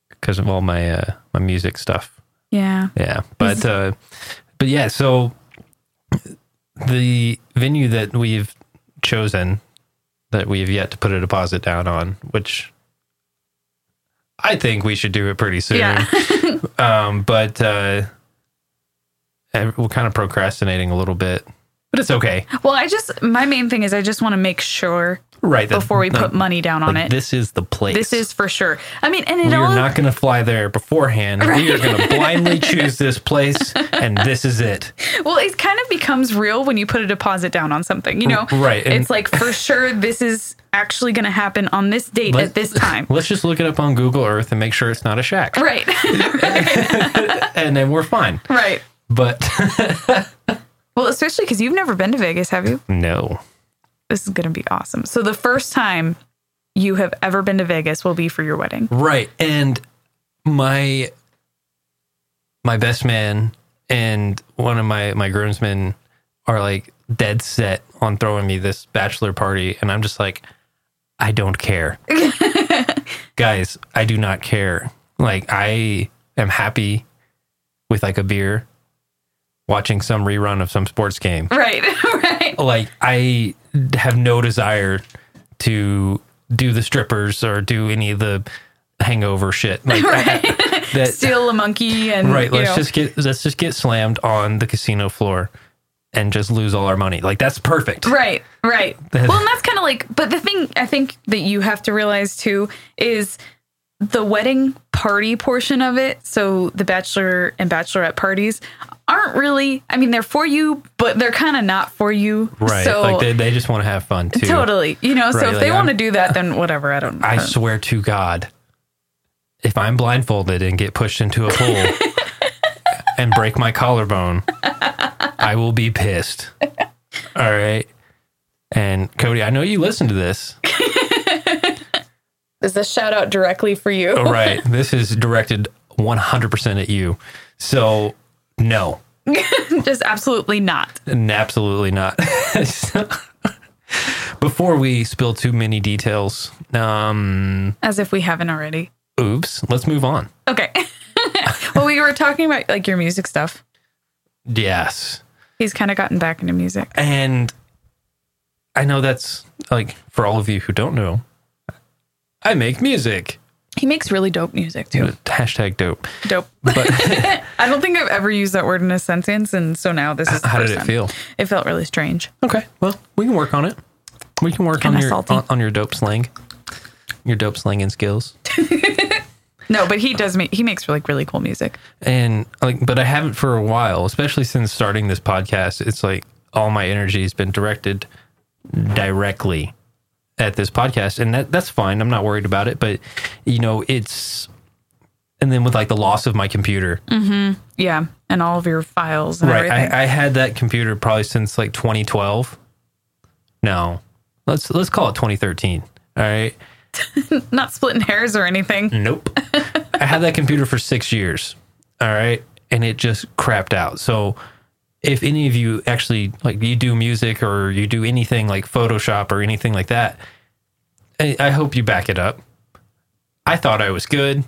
[SPEAKER 1] because of all my uh, my music stuff.
[SPEAKER 2] Yeah.
[SPEAKER 1] Yeah, but uh, but yeah, so the venue that we've chosen that we have yet to put a deposit down on, which I think we should do it pretty soon.
[SPEAKER 2] Yeah.
[SPEAKER 1] um, but uh, eh, we're kind of procrastinating a little bit, but it's okay.
[SPEAKER 2] Well, I just my main thing is I just want to make sure
[SPEAKER 1] Right that-
[SPEAKER 2] before we
[SPEAKER 1] no,
[SPEAKER 2] put money down on
[SPEAKER 1] like,
[SPEAKER 2] it.
[SPEAKER 1] This is the place.
[SPEAKER 2] This is for sure. I mean, and it
[SPEAKER 1] We
[SPEAKER 2] all
[SPEAKER 1] are not going to fly there beforehand. We are going to blindly choose this place, and this is it.
[SPEAKER 2] well, it kind of becomes real when you put a deposit down on something, you know?
[SPEAKER 1] Right, and-
[SPEAKER 2] It's like for sure this is actually going to happen on this date
[SPEAKER 1] Let-
[SPEAKER 2] at this time.
[SPEAKER 1] Let's just look it up on Google Earth and make sure it's not a shack.
[SPEAKER 2] right.
[SPEAKER 1] And then we're fine.
[SPEAKER 2] right.
[SPEAKER 1] But
[SPEAKER 2] Well, especially cuz you've never been to Vegas, have you?
[SPEAKER 1] no.
[SPEAKER 2] This is going to be awesome. So the first time you have ever been to Vegas will be for your wedding.
[SPEAKER 1] Right. And my my best man and one of my my groomsmen are like dead set on throwing me this bachelor party and I'm just like I don't care. Guys, I do not care. Like I am happy with like a beer watching some rerun of some sports game.
[SPEAKER 2] Right, right.
[SPEAKER 1] like I have no desire to do the strippers or do any of the hangover shit. Like that,
[SPEAKER 2] Steal a monkey and
[SPEAKER 1] Uh, right?
[SPEAKER 2] you
[SPEAKER 1] Let's
[SPEAKER 2] know.
[SPEAKER 1] just get let's just get slammed on the casino floor and just lose all our money. Like that's perfect.
[SPEAKER 2] right, right.
[SPEAKER 1] That-
[SPEAKER 2] well, and that's kind of like, but the thing I think that you have to realize too is the wedding party portion of it. So the bachelor and bachelorette parties aren't really. I mean, they're for you, but they're kind of not for you.
[SPEAKER 1] Right.
[SPEAKER 2] So
[SPEAKER 1] like they, they just want to have fun too.
[SPEAKER 2] totally, you know.
[SPEAKER 1] Right,
[SPEAKER 2] so if
[SPEAKER 1] like,
[SPEAKER 2] they want to
[SPEAKER 1] I'm-
[SPEAKER 2] do that, then whatever. I don't.
[SPEAKER 1] I
[SPEAKER 2] know.
[SPEAKER 1] swear to God, if I'm blindfolded and get pushed into a pool and break my collarbone, I will be pissed. All right. And Cody, I know you listen to this.
[SPEAKER 2] Is this shout out directly for you?
[SPEAKER 1] All right. This is directed 100% at you. So, no,
[SPEAKER 2] just absolutely not.
[SPEAKER 1] n- absolutely not. Before we spill too many details, um,
[SPEAKER 2] As if we haven't already.
[SPEAKER 1] oops, let's move on.
[SPEAKER 2] Okay. well, we were talking about like your music stuff.
[SPEAKER 1] Yes.
[SPEAKER 2] He's kind of gotten back into music.
[SPEAKER 1] And I know that's like for all of you who don't know, I make music.
[SPEAKER 2] He makes really dope music too.
[SPEAKER 1] Hashtag dope.
[SPEAKER 2] Dope.
[SPEAKER 1] But
[SPEAKER 2] I don't think I've ever used that word in a sentence, and so now this is. The
[SPEAKER 1] how
[SPEAKER 2] first
[SPEAKER 1] did it
[SPEAKER 2] time.
[SPEAKER 1] feel?
[SPEAKER 2] It felt really strange.
[SPEAKER 1] Okay. Well, we can work on it. We can work on
[SPEAKER 2] Kinda
[SPEAKER 1] your
[SPEAKER 2] salty.
[SPEAKER 1] on, on your dope slang, your dope slang and skills.
[SPEAKER 2] No, but he does make he makes really really cool music.
[SPEAKER 1] And like, but I haven't for a while, especially since starting this podcast. It's like all my energy has been directed directly at this podcast, and that that's fine. I'm not worried about it. But you know, it's and then with like the loss of my computer,
[SPEAKER 2] Yeah, and all of your files and
[SPEAKER 1] right?
[SPEAKER 2] everything.
[SPEAKER 1] I, I had that computer probably since like 2012. No, let's let's call it 2013. All right.
[SPEAKER 2] Not splitting hairs or anything.
[SPEAKER 1] Nope. I had that computer for six years. All right. And it just crapped out. So if any of you actually like you do music or you do anything like Photoshop or anything like that, I, I hope you back it up. I thought I was good,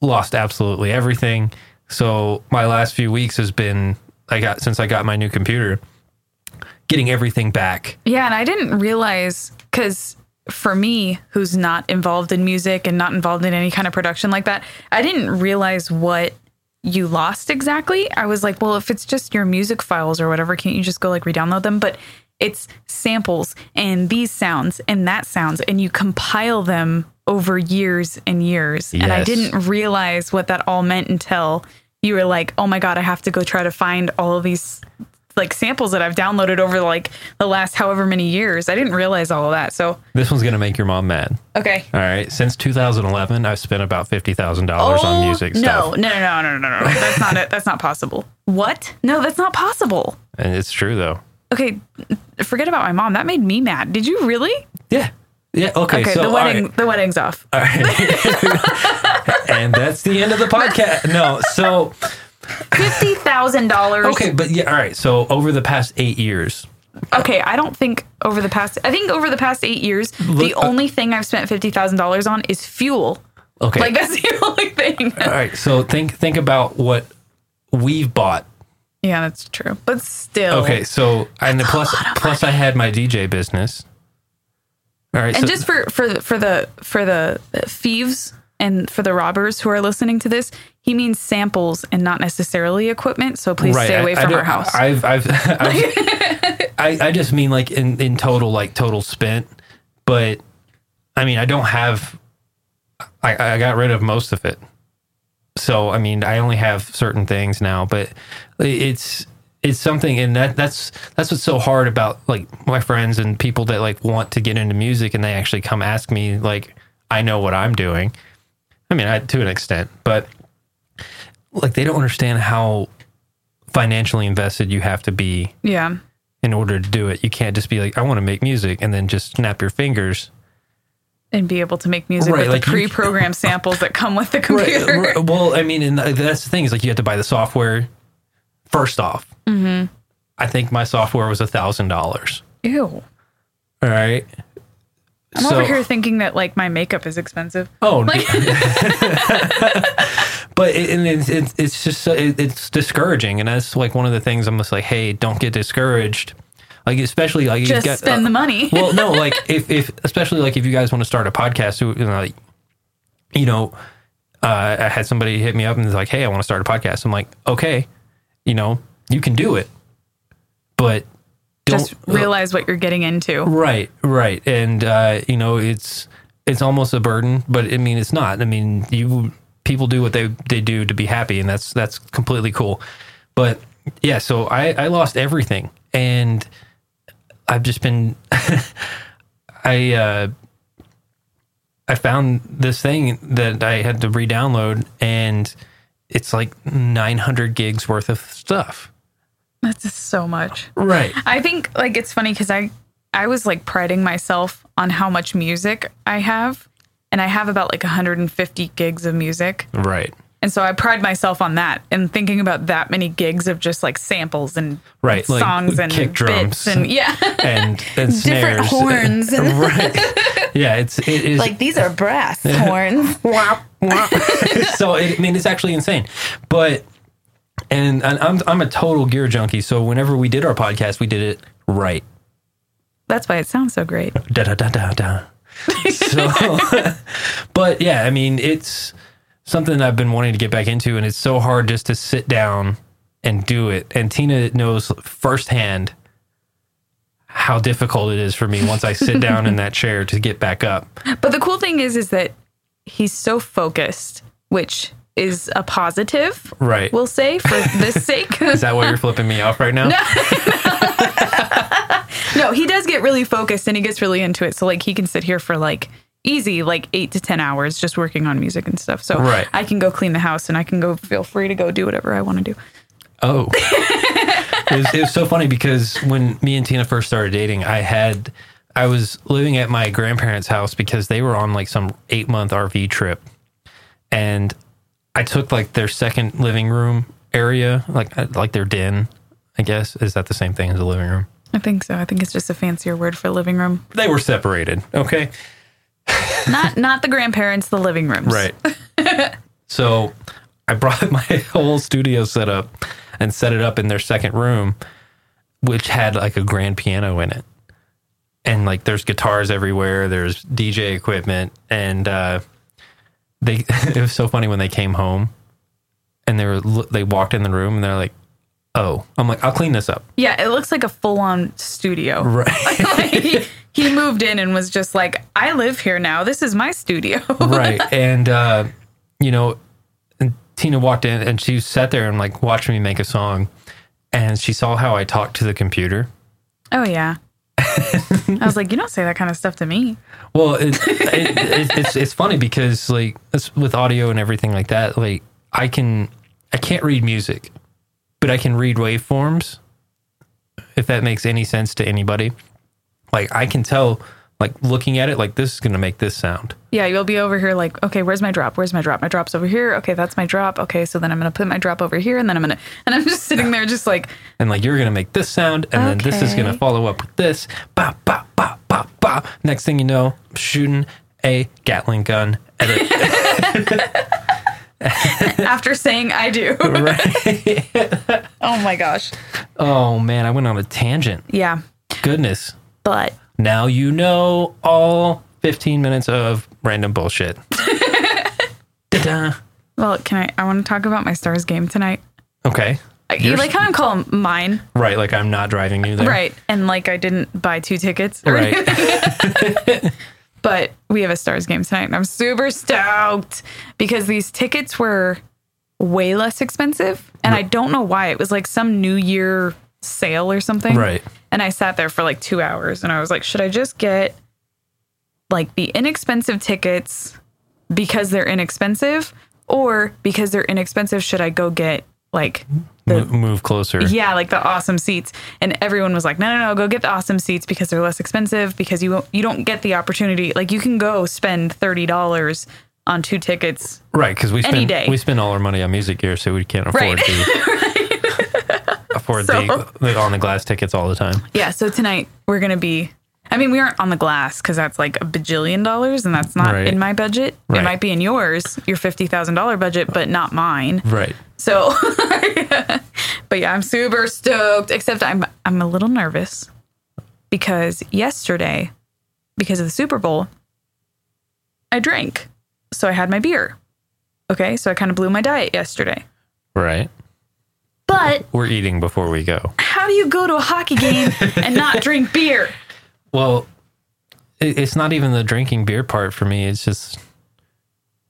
[SPEAKER 1] lost absolutely everything. So my last few weeks has been I got since I got my new computer, getting everything back.
[SPEAKER 2] Yeah, and I didn't realize because for me, who's not involved in music and not involved in any kind of production like that, I didn't realize what you lost exactly. I was like, well, if it's just your music files or whatever, can't you just go like re-download them? But it's samples and these sounds and that sounds, and you compile them over years and years. And I
[SPEAKER 1] Yes.
[SPEAKER 2] didn't realize what that all meant until you were like, oh my god, I have to go try to find all of these like samples that I've downloaded over like the last however many years. I didn't realize all of that. So
[SPEAKER 1] This one's gonna make your mom mad.
[SPEAKER 2] okay.
[SPEAKER 1] All right. Since 2011, I've spent about fifty thousand dollars on music
[SPEAKER 2] Oh, no,
[SPEAKER 1] stuff,
[SPEAKER 2] no, no, no, no, no, no. That's not it. That's not possible. What? No, that's not possible.
[SPEAKER 1] and it's true though.
[SPEAKER 2] Okay, forget about my mom. That made me mad. Did you really?
[SPEAKER 1] Yeah. Yeah. Okay.
[SPEAKER 2] Okay,
[SPEAKER 1] so
[SPEAKER 2] the
[SPEAKER 1] all
[SPEAKER 2] wedding,
[SPEAKER 1] right.
[SPEAKER 2] the wedding's off.
[SPEAKER 1] All right. and that's the end of the podcast. No, so
[SPEAKER 2] Fifty thousand dollars.
[SPEAKER 1] okay, but yeah, all right. So over the past eight years,
[SPEAKER 2] Okay, I don't think over the past. I think over the past eight years, the
[SPEAKER 1] Look, uh,
[SPEAKER 2] only thing I've spent fifty thousand dollars on is fuel.
[SPEAKER 1] okay,
[SPEAKER 2] Like that's the only thing.
[SPEAKER 1] all right. So think think about what we've bought.
[SPEAKER 2] Yeah, that's true. But still,
[SPEAKER 1] Okay, so and the plus plus I had my DJ business. All right,
[SPEAKER 2] And
[SPEAKER 1] so
[SPEAKER 2] just for for the- for the for the thieves and for the robbers who are listening to this, he means samples and not necessarily equipment. So please
[SPEAKER 1] right,
[SPEAKER 2] stay away from
[SPEAKER 1] don't-
[SPEAKER 2] our house.
[SPEAKER 1] I've I've, I've I I just mean like in in total like total spent, but I mean I don't have. I I got rid of most of it, so I mean I only have certain things now, but it's it's something and that that's that's what's so hard about like my friends and people that like want to get into music and they actually come ask me like I know what I'm doing. I mean, I to an extent, but like they don't understand how financially invested you have to be
[SPEAKER 2] yeah,
[SPEAKER 1] in order to do it. You can't just be like, I want to make music and then just snap your fingers.
[SPEAKER 2] and be able to make music
[SPEAKER 1] Right,
[SPEAKER 2] with
[SPEAKER 1] like
[SPEAKER 2] the
[SPEAKER 1] you-
[SPEAKER 2] pre-programmed samples that come with the computer.
[SPEAKER 1] Well, I mean, and that's the thing is like you have to buy the software first off. Mm-hmm. I think my software was a thousand dollars.
[SPEAKER 2] Ew.
[SPEAKER 1] All right.
[SPEAKER 2] I'm over here thinking that like my makeup is expensive.
[SPEAKER 1] Oh, but it, and it's, it's it's just so- it, it's discouraging, and that's like one of the things I'm just like, hey, don't get discouraged. Like especially like
[SPEAKER 2] Just
[SPEAKER 1] you uh,
[SPEAKER 2] spend the money.
[SPEAKER 1] well, no, like if if especially like if you guys want to start a podcast, you know, like, you know, uh, I had somebody hit me up and was like, hey, I want to start a podcast. I'm like, okay, you know, you can do it, but don't
[SPEAKER 2] Just realize what you're getting into.
[SPEAKER 1] Right, right, and uh, you know it's it's almost a burden, but I mean it's not. I mean you people do what they they do to be happy, and that's that's completely cool. But yeah, so I I lost everything, and I've just been I uh, I found this thing that I had to re-download, and it's like 900 gigs worth of stuff.
[SPEAKER 2] That's just so much.
[SPEAKER 1] Right.
[SPEAKER 2] I think like it's funny because I I was like priding myself on how much music I have, and I have about like 150 gigs of music,
[SPEAKER 1] Right.
[SPEAKER 2] and so I pride myself on that and thinking about that many gigs of just like samples and
[SPEAKER 1] Right, like
[SPEAKER 2] songs and
[SPEAKER 1] kick
[SPEAKER 2] bits
[SPEAKER 1] drums.
[SPEAKER 2] and yeah,
[SPEAKER 1] and, and snares.
[SPEAKER 3] Different horns.
[SPEAKER 1] right. Yeah, it's it is
[SPEAKER 3] Like these are brass horns.
[SPEAKER 1] so. It, I mean, it's actually insane, but and, and I'm I'm a total gear junkie. So whenever we did our podcast, we did it right.
[SPEAKER 2] that's why it sounds so great.
[SPEAKER 1] Da da da da da. So, but yeah, I mean, it's something I've been wanting to get back into, and it's so hard just to sit down and do it. And Tina knows firsthand how difficult it is for me once I sit down in that chair to get back up.
[SPEAKER 2] But the cool thing is, is that he's so focused, which is a positive,
[SPEAKER 1] Right.
[SPEAKER 2] we'll say for this sake.
[SPEAKER 1] Is that why you're flipping me off right now?
[SPEAKER 2] No, he does get really focused and he gets really into it. So like he can sit here for like easy like eight to ten hours just working on music and stuff. So
[SPEAKER 1] Right.
[SPEAKER 2] I can go clean the house and I can go feel free to go do whatever I want to do.
[SPEAKER 1] Oh. it, was, it was so funny because when me and Tina first started dating, I had I was living at my grandparents' house because they were on like some 8-month RV trip. And I took like their second living room area, like uh, like their den, I guess. Is that the same thing as a living room?
[SPEAKER 2] I think so. I think it's just a fancier word for living room.
[SPEAKER 1] They were separated, okay?
[SPEAKER 2] not not the grandparents, the living rooms.
[SPEAKER 1] Right. so I brought my whole studio setup and set it up in their second room, which had like a grand piano in it. And like there's guitars everywhere, there's DJ equipment. And uh, they, it was so funny when they came home and they were, lo- they walked in the room and they're like, oh, I'm like, I'll clean this up.
[SPEAKER 2] Yeah, it looks like a full on studio.
[SPEAKER 1] Right.
[SPEAKER 2] he, he moved in and was just like, I live here now. This is my studio.
[SPEAKER 1] right. And, uh, you know, and Tina walked in and she sat there and like watched me make a song. And she saw how I talked to the computer.
[SPEAKER 2] oh yeah. I was like, you don't say that kind of stuff to me.
[SPEAKER 1] Well, it, it, it, it's it's funny because like it's- with audio and everything like that, like I can I can't read music, but I can read waveforms. If that makes any sense to anybody, like I can tell, like looking at it, like this is going to make this sound.
[SPEAKER 2] Yeah, you'll be over here like, okay, where's my drop? Where's my drop? My drop's over here. Okay, that's my drop. Okay, so then I'm gonna put my drop over here, and then I'm gonna, and I'm just sitting there, just like,
[SPEAKER 1] and like you're gonna make this sound, and then this is
[SPEAKER 2] Okay.
[SPEAKER 1] gonna follow up with this. Ba ba ba ba ba. Next thing you know, shooting a Gatling gun at a
[SPEAKER 2] after saying I do. oh my gosh.
[SPEAKER 1] oh man, I went on a tangent.
[SPEAKER 2] Yeah,
[SPEAKER 1] Goodness,
[SPEAKER 2] but
[SPEAKER 1] now you know all 15 minutes of random bullshit. Da-da.
[SPEAKER 2] well, can I? I want to talk about my stars game tonight.
[SPEAKER 1] Okay,
[SPEAKER 2] I- You
[SPEAKER 1] Yours-
[SPEAKER 2] like how I'm calling mine,
[SPEAKER 1] right? Like I'm not driving you there,
[SPEAKER 2] right? And like I didn't buy two tickets, or anything.
[SPEAKER 1] Right.
[SPEAKER 2] but we have a stars game tonight and i'm super stoked because these tickets were way less expensive and i don't know why it was like some new year sale or something
[SPEAKER 1] Right.
[SPEAKER 2] and i sat there for like two hours and i was like should i just get like the inexpensive tickets because they're inexpensive or because they're inexpensive should i go get like
[SPEAKER 1] Mo- move closer.
[SPEAKER 2] yeah, like the awesome seats. And everyone was like, "No, no, no, go get the awesome seats because they're less expensive because you won't, you don't get the opportunity. Like you can go spend $30 on two tickets."
[SPEAKER 1] Right, because we
[SPEAKER 2] Any
[SPEAKER 1] spend
[SPEAKER 2] day.
[SPEAKER 1] we spend all our money on music here, so we can't afford
[SPEAKER 2] Right.
[SPEAKER 1] to afford
[SPEAKER 2] So-
[SPEAKER 1] the, the on the glass tickets all the time.
[SPEAKER 2] Yeah, so tonight we're going to be I mean, we aren't on the glass cuz that's like a bajillion dollars and that's not
[SPEAKER 1] Right.
[SPEAKER 2] in my budget.
[SPEAKER 1] Right.
[SPEAKER 2] It might be in yours, your $50,000 budget, but not mine.
[SPEAKER 1] Right.
[SPEAKER 2] So But yeah, I'm super stoked except I'm I'm a little nervous because yesterday because of the Super Bowl I drank. So I had my beer. Okay? So I kind of blew my diet yesterday.
[SPEAKER 1] Right.
[SPEAKER 2] But
[SPEAKER 1] We're eating before we go.
[SPEAKER 2] how do you go to a hockey game and not drink beer?
[SPEAKER 1] Well, it, it's not even the drinking beer part for me. It's just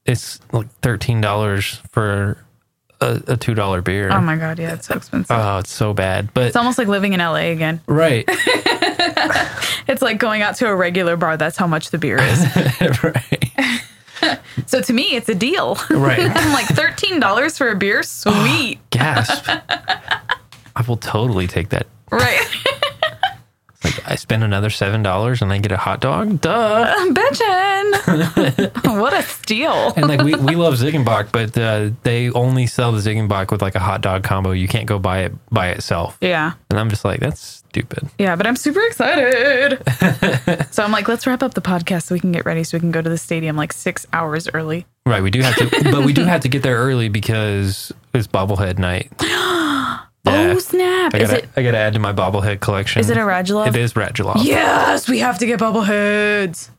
[SPEAKER 1] it's like thirteen dollars for a, a two dollar beer.
[SPEAKER 2] Oh my god, yeah, it's so expensive.
[SPEAKER 1] oh, it's so bad. But
[SPEAKER 2] It's almost like living in LA again.
[SPEAKER 1] right,
[SPEAKER 2] It's like going out to a regular bar. That's how much the beer is.
[SPEAKER 1] right,
[SPEAKER 2] so to me, it's a deal.
[SPEAKER 1] right.
[SPEAKER 2] I'm like $13 for a beer? Sweet.
[SPEAKER 1] Gasp! I will totally take that.
[SPEAKER 2] right.
[SPEAKER 1] I spend another seven dollars and I get a hot dog. Duh.
[SPEAKER 2] I'm bitching. what a steal.
[SPEAKER 1] And like we, we love Ziegenbach, but uh, they only sell the Ziegenbach with like a hot dog combo. You can't go buy it by itself.
[SPEAKER 2] Yeah.
[SPEAKER 1] And I'm just like, that's stupid.
[SPEAKER 2] Yeah, but I'm super excited. so I'm like, let's wrap up the podcast so we can get ready so we can go to the stadium like six hours early.
[SPEAKER 1] Right, we do have to, but we do have to get there early because it's bobblehead night. Yeah.
[SPEAKER 2] Oh, snap.
[SPEAKER 1] I
[SPEAKER 2] Is
[SPEAKER 1] gotta,
[SPEAKER 2] it?
[SPEAKER 1] I gotta add to my bobblehead collection.
[SPEAKER 2] Is it a Radulov?
[SPEAKER 1] It is Radulov.
[SPEAKER 2] Yes, we have to get bobbleheads.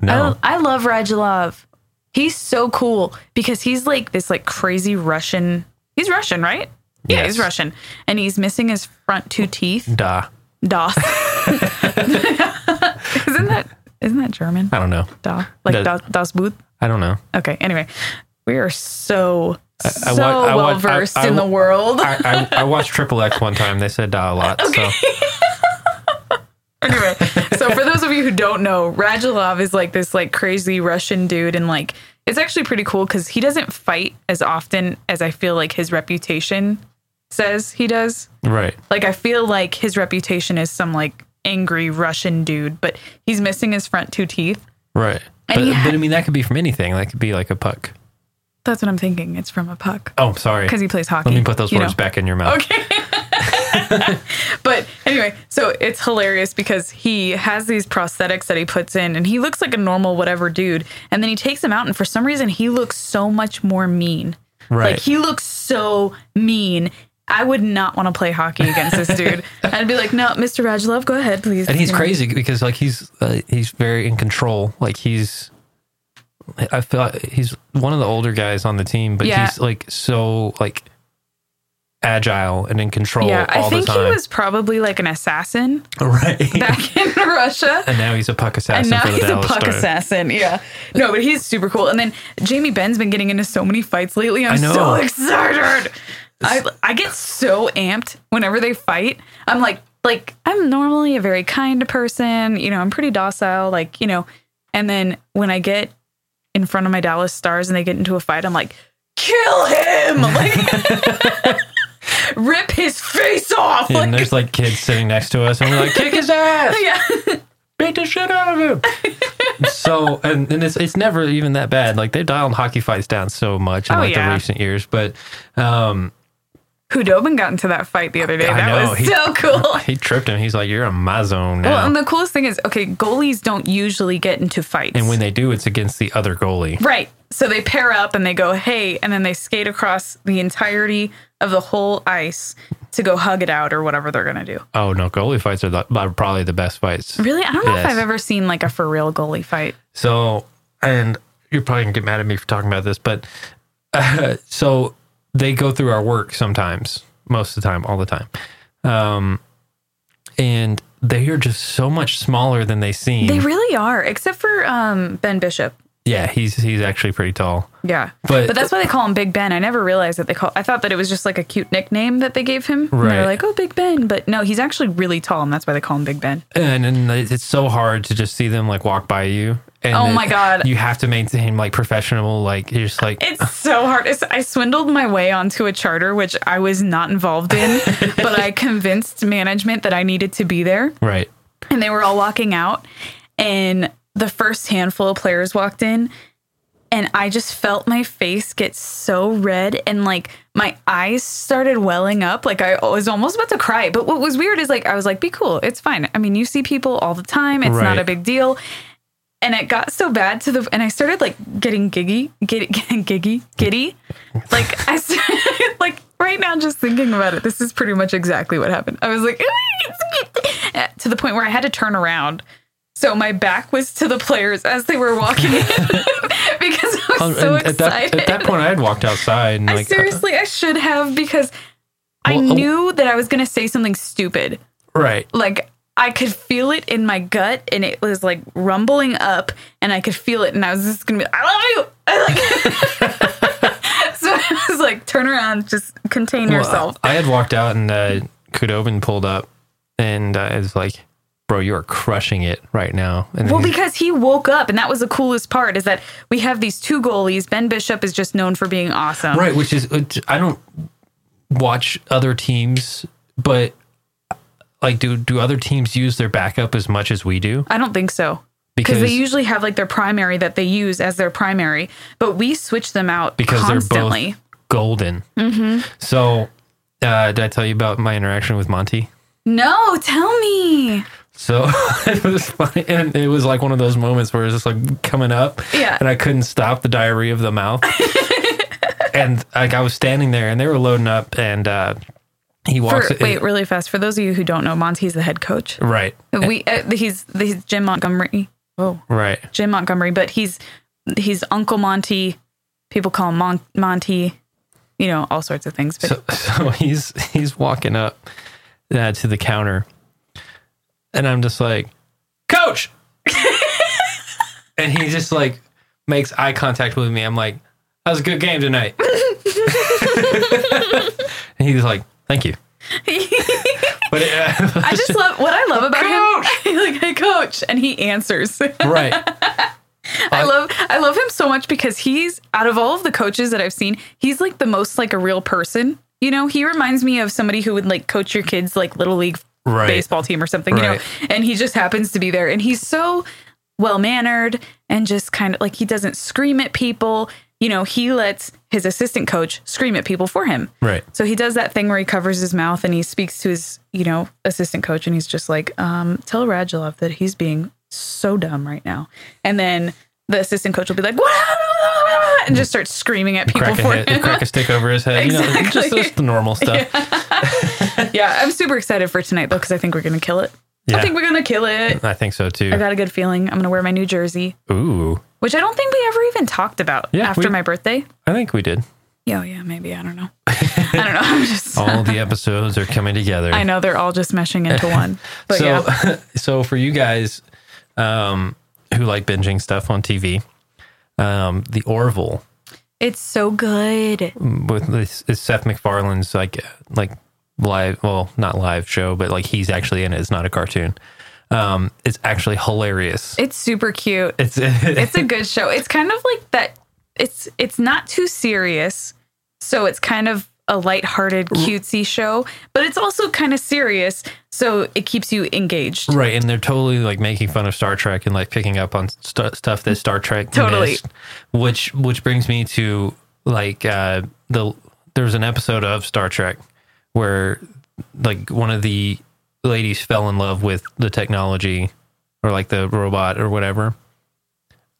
[SPEAKER 1] No,
[SPEAKER 2] I, I love Radulov. He's so cool because he's like this like crazy Russian. He's Russian, right? Yeah,
[SPEAKER 1] Yes.
[SPEAKER 2] he's Russian, and he's missing his front two teeth.
[SPEAKER 1] da.
[SPEAKER 2] Das. isn't that isn't that German?
[SPEAKER 1] I don't know.
[SPEAKER 2] Da like
[SPEAKER 1] That-
[SPEAKER 2] das, das Boot.
[SPEAKER 1] I don't know.
[SPEAKER 2] Okay. Anyway, we are so
[SPEAKER 1] I
[SPEAKER 2] so
[SPEAKER 1] wa- I wa-
[SPEAKER 2] well versed
[SPEAKER 1] I- I
[SPEAKER 2] in the
[SPEAKER 1] wa-
[SPEAKER 2] world.
[SPEAKER 1] I, I, I watched Triple X one time. They said da a lot. So
[SPEAKER 2] anyway, so for those of you who don't know, Radulov is like this like crazy Russian dude, and like it's actually pretty cool because he doesn't fight as often as I feel like his reputation says he does.
[SPEAKER 1] right,
[SPEAKER 2] Like I feel like his reputation is some like angry Russian dude, but he's missing his front two teeth.
[SPEAKER 1] right. But,
[SPEAKER 2] he had-
[SPEAKER 1] but I mean, that could be from anything. That could be like a puck.
[SPEAKER 2] That's what I'm thinking. It's from a puck
[SPEAKER 1] Oh, sorry.
[SPEAKER 2] because he plays hockey.
[SPEAKER 1] Let me put those
[SPEAKER 2] you
[SPEAKER 1] words
[SPEAKER 2] know.
[SPEAKER 1] back in your mouth.
[SPEAKER 2] Okay. But anyway, so it's hilarious because he has these prosthetics that he puts in and he looks like a normal whatever dude. And then he takes them out and for some reason he looks so much more mean.
[SPEAKER 1] Right.
[SPEAKER 2] Like he looks so mean. I would not want to play hockey against this dude. I'd be like, no, Mr. Radulov, go ahead, please.
[SPEAKER 1] and he's
[SPEAKER 2] You know.
[SPEAKER 1] crazy because like he's uh, he's very in control. Like he's, I feel like he's one of the older guys on the team, but
[SPEAKER 2] Yeah.
[SPEAKER 1] he's like so like agile and in control
[SPEAKER 2] Yeah,
[SPEAKER 1] all
[SPEAKER 2] I think
[SPEAKER 1] the
[SPEAKER 2] he
[SPEAKER 1] time.
[SPEAKER 2] was probably like an assassin
[SPEAKER 1] right.
[SPEAKER 2] back in Russia.
[SPEAKER 1] and now he's a puck assassin
[SPEAKER 2] And now
[SPEAKER 1] for the
[SPEAKER 2] he's a
[SPEAKER 1] Dallas
[SPEAKER 2] puck
[SPEAKER 1] Stars.
[SPEAKER 2] assassin. Yeah. No, but he's super cool. And then Jamie Ben's been getting into so many fights lately. I'm
[SPEAKER 1] I know.
[SPEAKER 2] so excited. I I get so amped whenever they fight. I'm like like I'm normally a very kind person, you know, I'm pretty docile, like, you know, and then when I get in front of my Dallas Stars and they get into a fight, I'm like, kill him. Like rip his face off.
[SPEAKER 1] and
[SPEAKER 2] Like
[SPEAKER 1] there's like kids sitting next to us, and we're like, kick his ass,
[SPEAKER 2] yeah.
[SPEAKER 1] beat the shit out of him. so, and, and it's it's never even that bad. Like they dialed hockey fights down so much in
[SPEAKER 2] Oh,
[SPEAKER 1] like
[SPEAKER 2] yeah.
[SPEAKER 1] the recent years, but um,
[SPEAKER 2] Hudobin got into that fight the other day.
[SPEAKER 1] I
[SPEAKER 2] that
[SPEAKER 1] know.
[SPEAKER 2] was
[SPEAKER 1] He-
[SPEAKER 2] so cool.
[SPEAKER 1] he tripped him. He's like, you're in my zone now.
[SPEAKER 2] Well, and the coolest thing is, okay, goalies don't usually get into fights.
[SPEAKER 1] and when they do, it's against the other goalie.
[SPEAKER 2] right. So they pair up and they go, hey, and then they skate across the entirety of the whole ice to go hug it out or whatever they're going to do.
[SPEAKER 1] Oh no, goalie fights are, the, are probably the best fights.
[SPEAKER 2] Really? I don't know if
[SPEAKER 1] Yes.
[SPEAKER 2] I've ever seen like a for real goalie fight.
[SPEAKER 1] So, and you're probably gonna get mad at me for talking about this, but uh, so they go through our work sometimes, most of the time, all the time, um, and they are just so much smaller than they seem.
[SPEAKER 2] They really are, except for um, Ben Bishop.
[SPEAKER 1] yeah, he's he's actually pretty tall.
[SPEAKER 2] Yeah.
[SPEAKER 1] But-
[SPEAKER 2] but that's why they call him Big Ben. I never realized that they call I thought that it was just like a cute nickname that they gave him. And
[SPEAKER 1] Right.
[SPEAKER 2] they're like, "Oh, Big Ben." But no, he's actually really tall, and that's why they call him Big Ben.
[SPEAKER 1] and, and it's so hard to just see them like walk by you. And
[SPEAKER 2] Oh
[SPEAKER 1] it-
[SPEAKER 2] my God.
[SPEAKER 1] You have to maintain like professional, like you're just like
[SPEAKER 2] It's so hard. It's, I swindled my way onto a charter, which I was not involved in, but I convinced management that I needed to be there.
[SPEAKER 1] right,
[SPEAKER 2] And they were all walking out, and the first handful of players walked in, and I just felt my face get so red and like my eyes started welling up. Like I was almost about to cry. But what was weird is like, I was like, be cool. It's fine. I mean, you see people all the time, it's
[SPEAKER 1] Right.
[SPEAKER 2] not a big deal. And it got so bad to the, and I started like getting giggy, giddy, giggy, giddy. Like I, s- like right now, just thinking about it, this is pretty much exactly what happened. I was like, to the point where I had to turn around. So my back was to the players as they were walking in because I was so
[SPEAKER 1] Oh, Um, And at, that,
[SPEAKER 2] excited.
[SPEAKER 1] at that point, I had walked outside and
[SPEAKER 2] I
[SPEAKER 1] like uh, uh-huh.
[SPEAKER 2] seriously, I should have because I
[SPEAKER 1] Well, uh,
[SPEAKER 2] knew that I was going to say something stupid.
[SPEAKER 1] right.
[SPEAKER 2] Like I could feel it in my gut, and it was like rumbling up, and I could feel it, and I was just going to be, like, I love you. I like. so I was like, turn around, just contain
[SPEAKER 1] Well,
[SPEAKER 2] yourself.
[SPEAKER 1] I, I had walked out and uh, Kudobin pulled up, and I was like, "Bro, you are crushing it right now." And
[SPEAKER 2] Well,
[SPEAKER 1] he-
[SPEAKER 2] because he woke up, and that was the coolest part is that we have these two goalies. Ben Bishop is just known for being awesome.
[SPEAKER 1] right, which is which- I don't watch other teams, but like, do do other teams use their backup as much as we do?
[SPEAKER 2] I don't think so. Because they usually have like their primary that they use as their primary, but we switch them out
[SPEAKER 1] because
[SPEAKER 2] constantly. Mm-hmm.
[SPEAKER 1] they're both golden. So, uh, did I tell you about my interaction with Monty?
[SPEAKER 2] no, tell me.
[SPEAKER 1] So it was funny, and it was like one of those moments where it's just like coming up,
[SPEAKER 2] Yeah.
[SPEAKER 1] and I couldn't stop the diarrhea of the mouth. and like I was standing there, and they were loading up, and uh, he
[SPEAKER 2] For,
[SPEAKER 1] walks.
[SPEAKER 2] wait, really fast. For those of you who don't know, Monty's the head coach.
[SPEAKER 1] right,
[SPEAKER 2] We uh, he's, he's Jim Montgomery. Oh,
[SPEAKER 1] right,
[SPEAKER 2] Jim Montgomery, but he's he's Uncle Monty. People call him Mon- Monty. You know, all sorts of things. But
[SPEAKER 1] so, so he's he's walking up uh, to the counter, and I'm just like, Coach, and he just like makes eye contact with me. I'm like, that was a good game tonight, and he's like, thank you. But uh,
[SPEAKER 2] I just love what I love about him. like, hey, coach, and he answers.
[SPEAKER 1] right,
[SPEAKER 2] I love I love him so much because he's out of all of the coaches that I've seen, he's like the most like a real person. You know, he reminds me of somebody who would like coach your kids like little league
[SPEAKER 1] Right.
[SPEAKER 2] baseball team or something, you
[SPEAKER 1] Right.
[SPEAKER 2] know. And he just happens to be there and he's so well-mannered and just kind of like he doesn't scream at people. you know, he lets his assistant coach scream at people for him.
[SPEAKER 1] Right.
[SPEAKER 2] So he does that thing where he covers his mouth and he speaks to his, you know, assistant coach and he's just like, um, tell Radulov that he's being so dumb right now. And then the assistant coach will be like, "What?" and just start screaming at people
[SPEAKER 1] Crack a,
[SPEAKER 2] for him.
[SPEAKER 1] head, crack a stick over his head. You know, just,
[SPEAKER 2] Exactly.
[SPEAKER 1] just the normal stuff.
[SPEAKER 2] yeah, I'm super excited for tonight though because I think we're gonna kill it.
[SPEAKER 1] Yeah.
[SPEAKER 2] I think we're gonna kill it.
[SPEAKER 1] I think so too.
[SPEAKER 2] I got a good feeling. I'm gonna wear my new jersey,
[SPEAKER 1] Ooh.
[SPEAKER 2] which I don't think we ever even talked about
[SPEAKER 1] Yeah,
[SPEAKER 2] after
[SPEAKER 1] we-
[SPEAKER 2] my birthday.
[SPEAKER 1] I think we did.
[SPEAKER 2] Yeah, oh, yeah, maybe I don't know. I don't know. I'm just.
[SPEAKER 1] All the episodes are coming together.
[SPEAKER 2] I know they're all just meshing into one. But
[SPEAKER 1] so,
[SPEAKER 2] yeah,
[SPEAKER 1] so for you guys um, who like binging stuff on TV, um, the Orville
[SPEAKER 2] it's so good.
[SPEAKER 1] with this is Seth MacFarlane's like like live, well, not live show, but like he's actually in it. It's not a cartoon. Um, it's actually hilarious.
[SPEAKER 2] It's super cute.
[SPEAKER 1] It's
[SPEAKER 2] It's a good show. It's kind of like that. It's it's not too serious, so it's kind of a lighthearted,
[SPEAKER 1] Mm.
[SPEAKER 2] cutesy show, but it's also kind of serious, so it keeps you engaged.
[SPEAKER 1] Right, and they're totally like making fun of Star Trek and like picking up on st- stuff that Star Trek
[SPEAKER 2] Totally.
[SPEAKER 1] missed, which which brings me to like uh, the there's an episode of Star Trek where like one of the ladies fell in love with the technology or like the robot or whatever.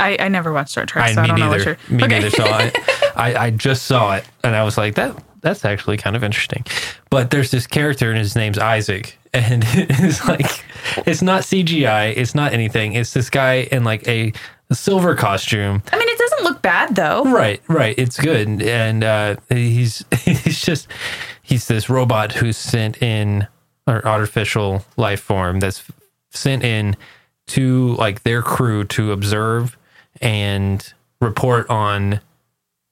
[SPEAKER 2] I, I never watched Star Trek,
[SPEAKER 1] I
[SPEAKER 2] so I
[SPEAKER 1] me
[SPEAKER 2] don't know what
[SPEAKER 1] neither.
[SPEAKER 2] you're.
[SPEAKER 1] Me neither saw it. I, I just saw it and I was like that that's actually kind of interesting. But there's this character and his name's Isaac and it's like it's not CGI, it's not anything. It's this guy in like a silver costume.
[SPEAKER 2] I mean, it doesn't look bad though.
[SPEAKER 1] Right, right. It's good and uh, he's he's just he's this robot who's sent in or artificial life form that's sent in to like their crew to observe and report on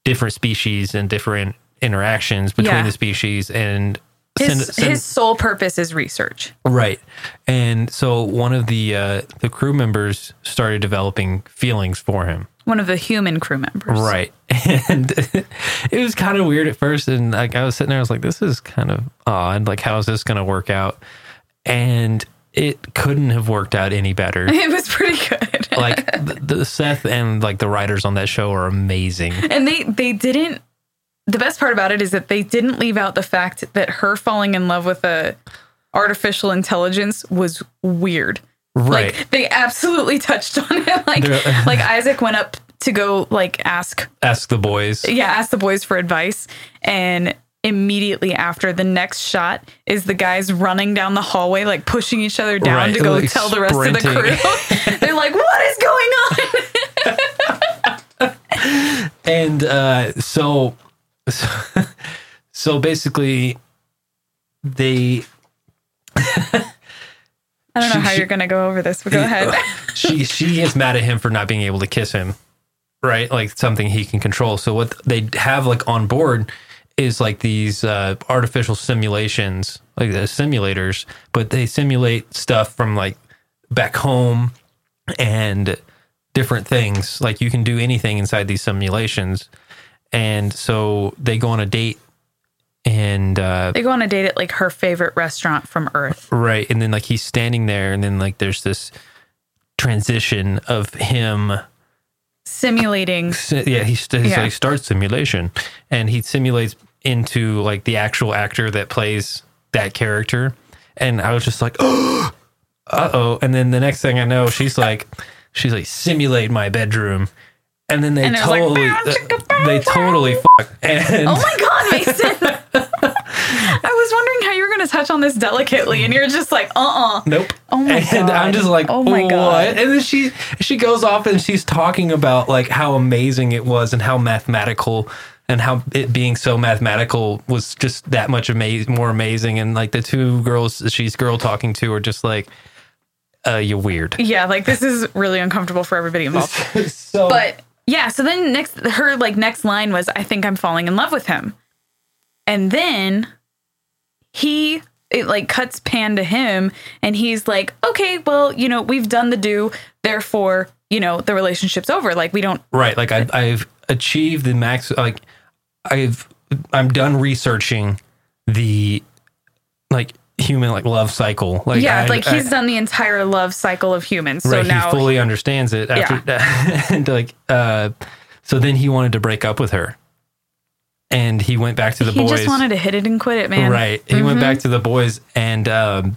[SPEAKER 1] different species and different interactions between
[SPEAKER 2] Yeah.
[SPEAKER 1] the species and
[SPEAKER 2] His
[SPEAKER 1] send- send-
[SPEAKER 2] his sole purpose is research.
[SPEAKER 1] right and so one of the uh, the crew members started developing feelings for him
[SPEAKER 2] One of the human crew members.
[SPEAKER 1] right and it was kind of weird at first and like i was sitting there i was like this is kind of odd like how is this going to work out and it couldn't have worked out any better
[SPEAKER 2] It was pretty good.
[SPEAKER 1] like the, the Seth and like the writers on that show are amazing.
[SPEAKER 2] And they they didn't. The best part about it is that they didn't leave out the fact that her falling in love with a artificial intelligence was weird.
[SPEAKER 1] Right.
[SPEAKER 2] Like they absolutely touched on it. Like
[SPEAKER 1] They're-
[SPEAKER 2] like Isaac went up to go like ask
[SPEAKER 1] Ask the boys.
[SPEAKER 2] yeah, ask the boys for advice. And immediately after the next shot is the guys running down the hallway, like pushing each other down
[SPEAKER 1] Right,
[SPEAKER 2] to go
[SPEAKER 1] like
[SPEAKER 2] tell the rest of the
[SPEAKER 1] sprinting.
[SPEAKER 2] crew. They're like, what is going on?
[SPEAKER 1] And uh so so, so basically they
[SPEAKER 2] I don't know
[SPEAKER 1] She-
[SPEAKER 2] how
[SPEAKER 1] she-
[SPEAKER 2] you're going to go over this, but go ahead.
[SPEAKER 1] she she is mad at him for not being able to kiss him. Right? Like something he can control. So what they have like on board is like these uh, artificial simulations, like the simulators, but they simulate stuff from like back home and different things. Like you can do anything inside these simulations. And so they go on a date and uh,
[SPEAKER 2] They go on a date at like her favorite restaurant from Earth.
[SPEAKER 1] right. And then like he's standing there and then like there's this transition of him
[SPEAKER 2] Simulating.
[SPEAKER 1] si- yeah he st- he's
[SPEAKER 2] Yeah.
[SPEAKER 1] like starts simulation and he simulates into like the actual actor that plays that character and i was just like uh-oh and then the next thing i know she's like she's like simulate my bedroom and then they
[SPEAKER 2] And it was like,
[SPEAKER 1] totally
[SPEAKER 2] "Bow, chicka, bow,
[SPEAKER 1] they
[SPEAKER 2] bow."
[SPEAKER 1] totally fuck and
[SPEAKER 2] Oh my God, Mason. I was wondering how you were going to touch on this delicately, and you're just like, uh uh
[SPEAKER 1] Nope.
[SPEAKER 2] Oh my
[SPEAKER 1] and I'm
[SPEAKER 2] God.
[SPEAKER 1] just like,
[SPEAKER 3] Oh my
[SPEAKER 1] what?
[SPEAKER 3] God.
[SPEAKER 1] And then she she goes off and she's talking about like how amazing it was and how mathematical and how it being so mathematical was just that much amaz- more amazing. And like the two girls that she's girl talking to are just like, uh, you're weird.
[SPEAKER 2] Yeah, like this is really uncomfortable for everybody involved.
[SPEAKER 1] so
[SPEAKER 2] But yeah, so then next her like next line was I think I'm falling in love with him. And then he it like cuts pan to him and he's like, "Okay, well, you know, we've done the do, therefore, you know, the relationship's over. Like we don't
[SPEAKER 1] right, like I, I've achieved the max. Like I've I'm done researching the like human like love cycle. Like
[SPEAKER 2] Yeah,
[SPEAKER 1] I-
[SPEAKER 2] like
[SPEAKER 1] I-
[SPEAKER 2] he's done the entire love cycle of humans. So
[SPEAKER 1] right,
[SPEAKER 2] now
[SPEAKER 1] he fully understands it after and like uh So then he wanted to break up with her. And he went back to the
[SPEAKER 2] he
[SPEAKER 1] boys.
[SPEAKER 2] just wanted to hit it and quit it, man. Mm-hmm.
[SPEAKER 1] Right. He went back to the boys and um,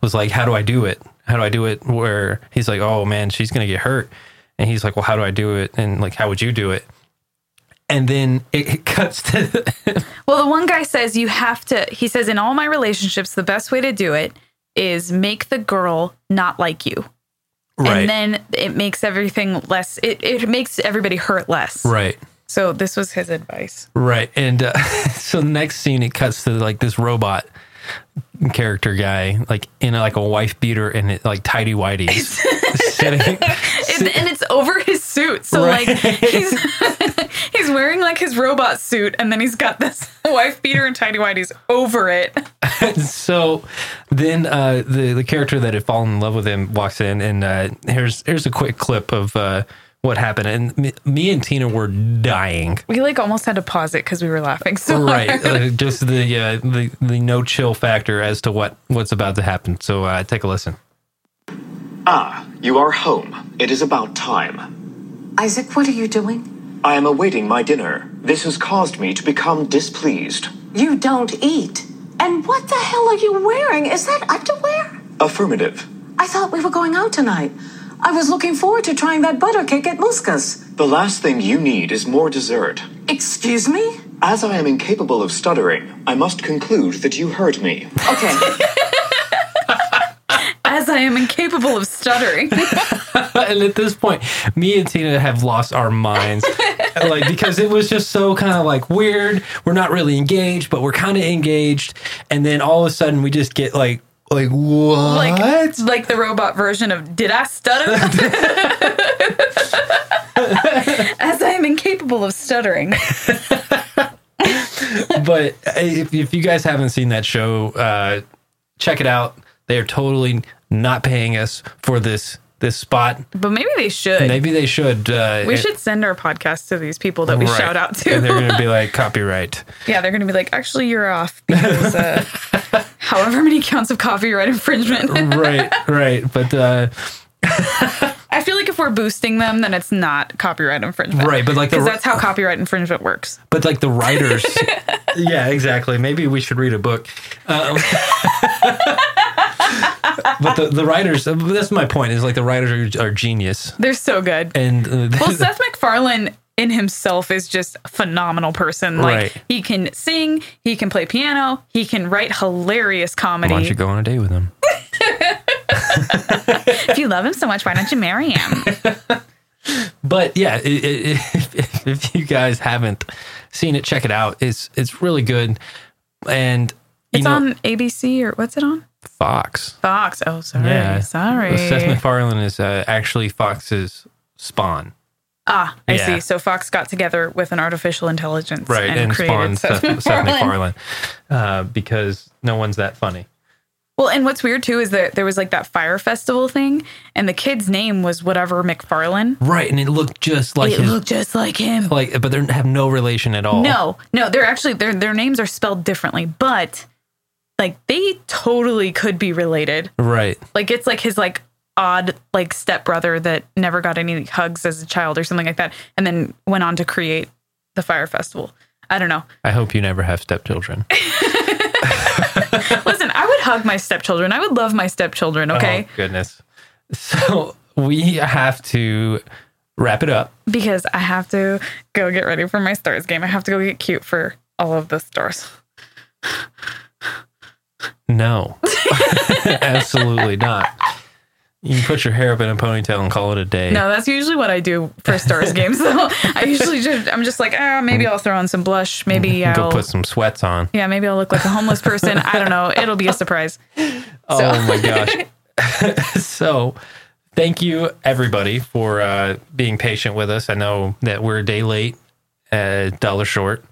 [SPEAKER 1] was like, How do I do it? How do I do it? Where he's like, Oh man, she's going to get hurt. And he's like, Well, how do I do it? And like, How would you do it? And then it, it cuts to
[SPEAKER 2] Well, the one guy says you have to, he says, in all my relationships, the best way to do it is make the girl not like you.
[SPEAKER 1] right.
[SPEAKER 2] And then it makes everything less, it, it makes everybody hurt less.
[SPEAKER 1] right.
[SPEAKER 2] So this was his advice.
[SPEAKER 1] Right. And uh, so the next scene, it cuts to like this robot character guy, like in like a wife beater and it, like tidy whities sitting.
[SPEAKER 2] And, and it's over his suit. So
[SPEAKER 1] Right.
[SPEAKER 2] like he's he's wearing like his robot suit and then he's got this wife beater and tidy whities over it.
[SPEAKER 1] so then uh, the the character that had fallen in love with him walks in, and uh, here's here's a quick clip of uh, what happened. And me, me and Tina were dying,
[SPEAKER 2] We like almost had to pause it because we were laughing so hard.
[SPEAKER 1] right? uh, just the, uh, the the no chill factor as to what what's about to happen. So uh, take a listen.
[SPEAKER 4] Ah, you are home. It is about time.
[SPEAKER 5] Isaac, what are you doing?
[SPEAKER 4] I am awaiting my dinner. This has caused me to become displeased.
[SPEAKER 5] You don't eat. And what the hell are you wearing? Is that underwear?
[SPEAKER 4] Affirmative.
[SPEAKER 5] I thought we were going out tonight. I was looking forward to trying that butter cake at Muska's.
[SPEAKER 4] The last thing you need is more dessert.
[SPEAKER 5] Excuse me?
[SPEAKER 4] As I am incapable of stuttering, I must conclude that you heard me.
[SPEAKER 5] Okay.
[SPEAKER 2] As I am incapable of stuttering.
[SPEAKER 1] and at this point, me and Tina have lost our minds, like because it was just so kind of like weird. We're not really engaged, but we're kind of engaged, and then all of a sudden we just get like like what?
[SPEAKER 2] like like the robot version of did I stutter? As I am incapable of stuttering.
[SPEAKER 1] but uh, if, if you guys haven't seen that show, uh, check it out. They are totally not paying us for this this spot.
[SPEAKER 2] But maybe they should.
[SPEAKER 1] Maybe they should. Uh,
[SPEAKER 2] we should send our podcast to these people that we
[SPEAKER 1] right.
[SPEAKER 2] shout out
[SPEAKER 1] And they're
[SPEAKER 2] to.
[SPEAKER 1] going to be like copyright.
[SPEAKER 2] yeah, they're going to be like, actually, you're off because uh, however many counts of copyright infringement.
[SPEAKER 1] right, right. But uh,
[SPEAKER 2] I feel like if we're boosting them, then it's not copyright infringement.
[SPEAKER 1] Right, but like the-
[SPEAKER 2] because that's how copyright infringement works.
[SPEAKER 1] but like the writers. yeah, exactly. Maybe we should read a book. Um, but the, the writers. uh, That's my point. Is like the writers are, are genius,
[SPEAKER 2] They're so good.
[SPEAKER 1] and uh,
[SPEAKER 2] Well, Seth MacFarlane in himself is just a phenomenal person. Like
[SPEAKER 1] Right.
[SPEAKER 2] he can sing, he can play piano, he can write hilarious
[SPEAKER 1] why don't you
[SPEAKER 2] comedy.
[SPEAKER 1] go on a date with them?
[SPEAKER 2] If you love him so much, why don't you marry him?
[SPEAKER 1] but yeah, i i if, if you guys haven't seen it, check it out. It's it's really good, and you
[SPEAKER 2] It's
[SPEAKER 1] know,
[SPEAKER 2] on ABC or what's it on?
[SPEAKER 1] Fox.
[SPEAKER 2] Fox. Oh, sorry,
[SPEAKER 1] Yeah,
[SPEAKER 2] sorry.
[SPEAKER 1] Seth MacFarlane is uh, actually Fox's spawn,
[SPEAKER 2] ah, I
[SPEAKER 1] Yeah.
[SPEAKER 2] see. So Fox got together with an artificial intelligence
[SPEAKER 1] And,
[SPEAKER 2] and, created
[SPEAKER 1] spawned Seth,
[SPEAKER 2] Seth
[SPEAKER 1] Seth MacFarlane
[SPEAKER 2] MacFarlane.
[SPEAKER 1] uh, because no one's that funny.
[SPEAKER 2] Well, and what's weird too is that there was like that fire festival thing, and the kid's name was whatever McFarlane.
[SPEAKER 1] Right, and it looked just like
[SPEAKER 2] It
[SPEAKER 1] his,
[SPEAKER 2] looked just like him.
[SPEAKER 1] like, but they have no relation at all.
[SPEAKER 2] No, no, they're actually their their names are spelled differently, but like they totally could be related.
[SPEAKER 1] right.
[SPEAKER 2] Like it's like his like odd like stepbrother that never got any hugs as a child or something like that, and then went on to create the fire festival. I don't know.
[SPEAKER 1] I hope you never have stepchildren.
[SPEAKER 2] Listen, I would hug my stepchildren. I would love my stepchildren. Okay,
[SPEAKER 1] Oh, goodness. So we have to wrap it up.
[SPEAKER 2] because I have to go get ready for my stars game. I have to go get cute for all of the stars.
[SPEAKER 1] No, absolutely not. You can put your hair up in a ponytail and call it a day.
[SPEAKER 2] No, that's usually what I do for stars games. Though I usually just I'm just like ah maybe I'll throw on some blush. Maybe
[SPEAKER 1] Go
[SPEAKER 2] I'll
[SPEAKER 1] put some sweats on.
[SPEAKER 2] yeah maybe I'll look like a homeless person. I don't know. It'll be a surprise.
[SPEAKER 1] Oh my gosh. so, thank you everybody for uh, being patient with us. I know that we're a day late, a dollar short.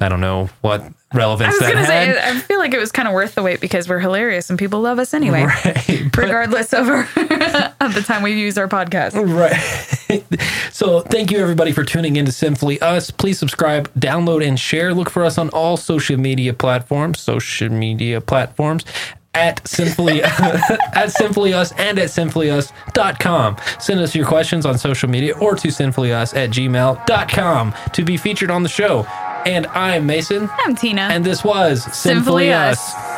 [SPEAKER 1] I don't know what
[SPEAKER 2] I
[SPEAKER 1] relevance
[SPEAKER 2] was
[SPEAKER 1] that
[SPEAKER 2] gonna
[SPEAKER 1] had.
[SPEAKER 2] say I feel like it was kind of worth the wait because we're hilarious and people love us anyway,
[SPEAKER 1] Right. but-
[SPEAKER 2] regardless of our, of the time we use our podcast.
[SPEAKER 1] Right. so, thank you everybody for tuning in to Simply Us. Please subscribe, download, and share. Look for us on all social media platforms, social media platforms at simply at simply us and at simplyus.com. Send us your questions on social media or to sinfullyus at gmail.com to be featured on the show. And I'm Mason,
[SPEAKER 2] I'm Tina.
[SPEAKER 1] and this was Sinfully,
[SPEAKER 2] Sinfully
[SPEAKER 1] us.
[SPEAKER 2] Us.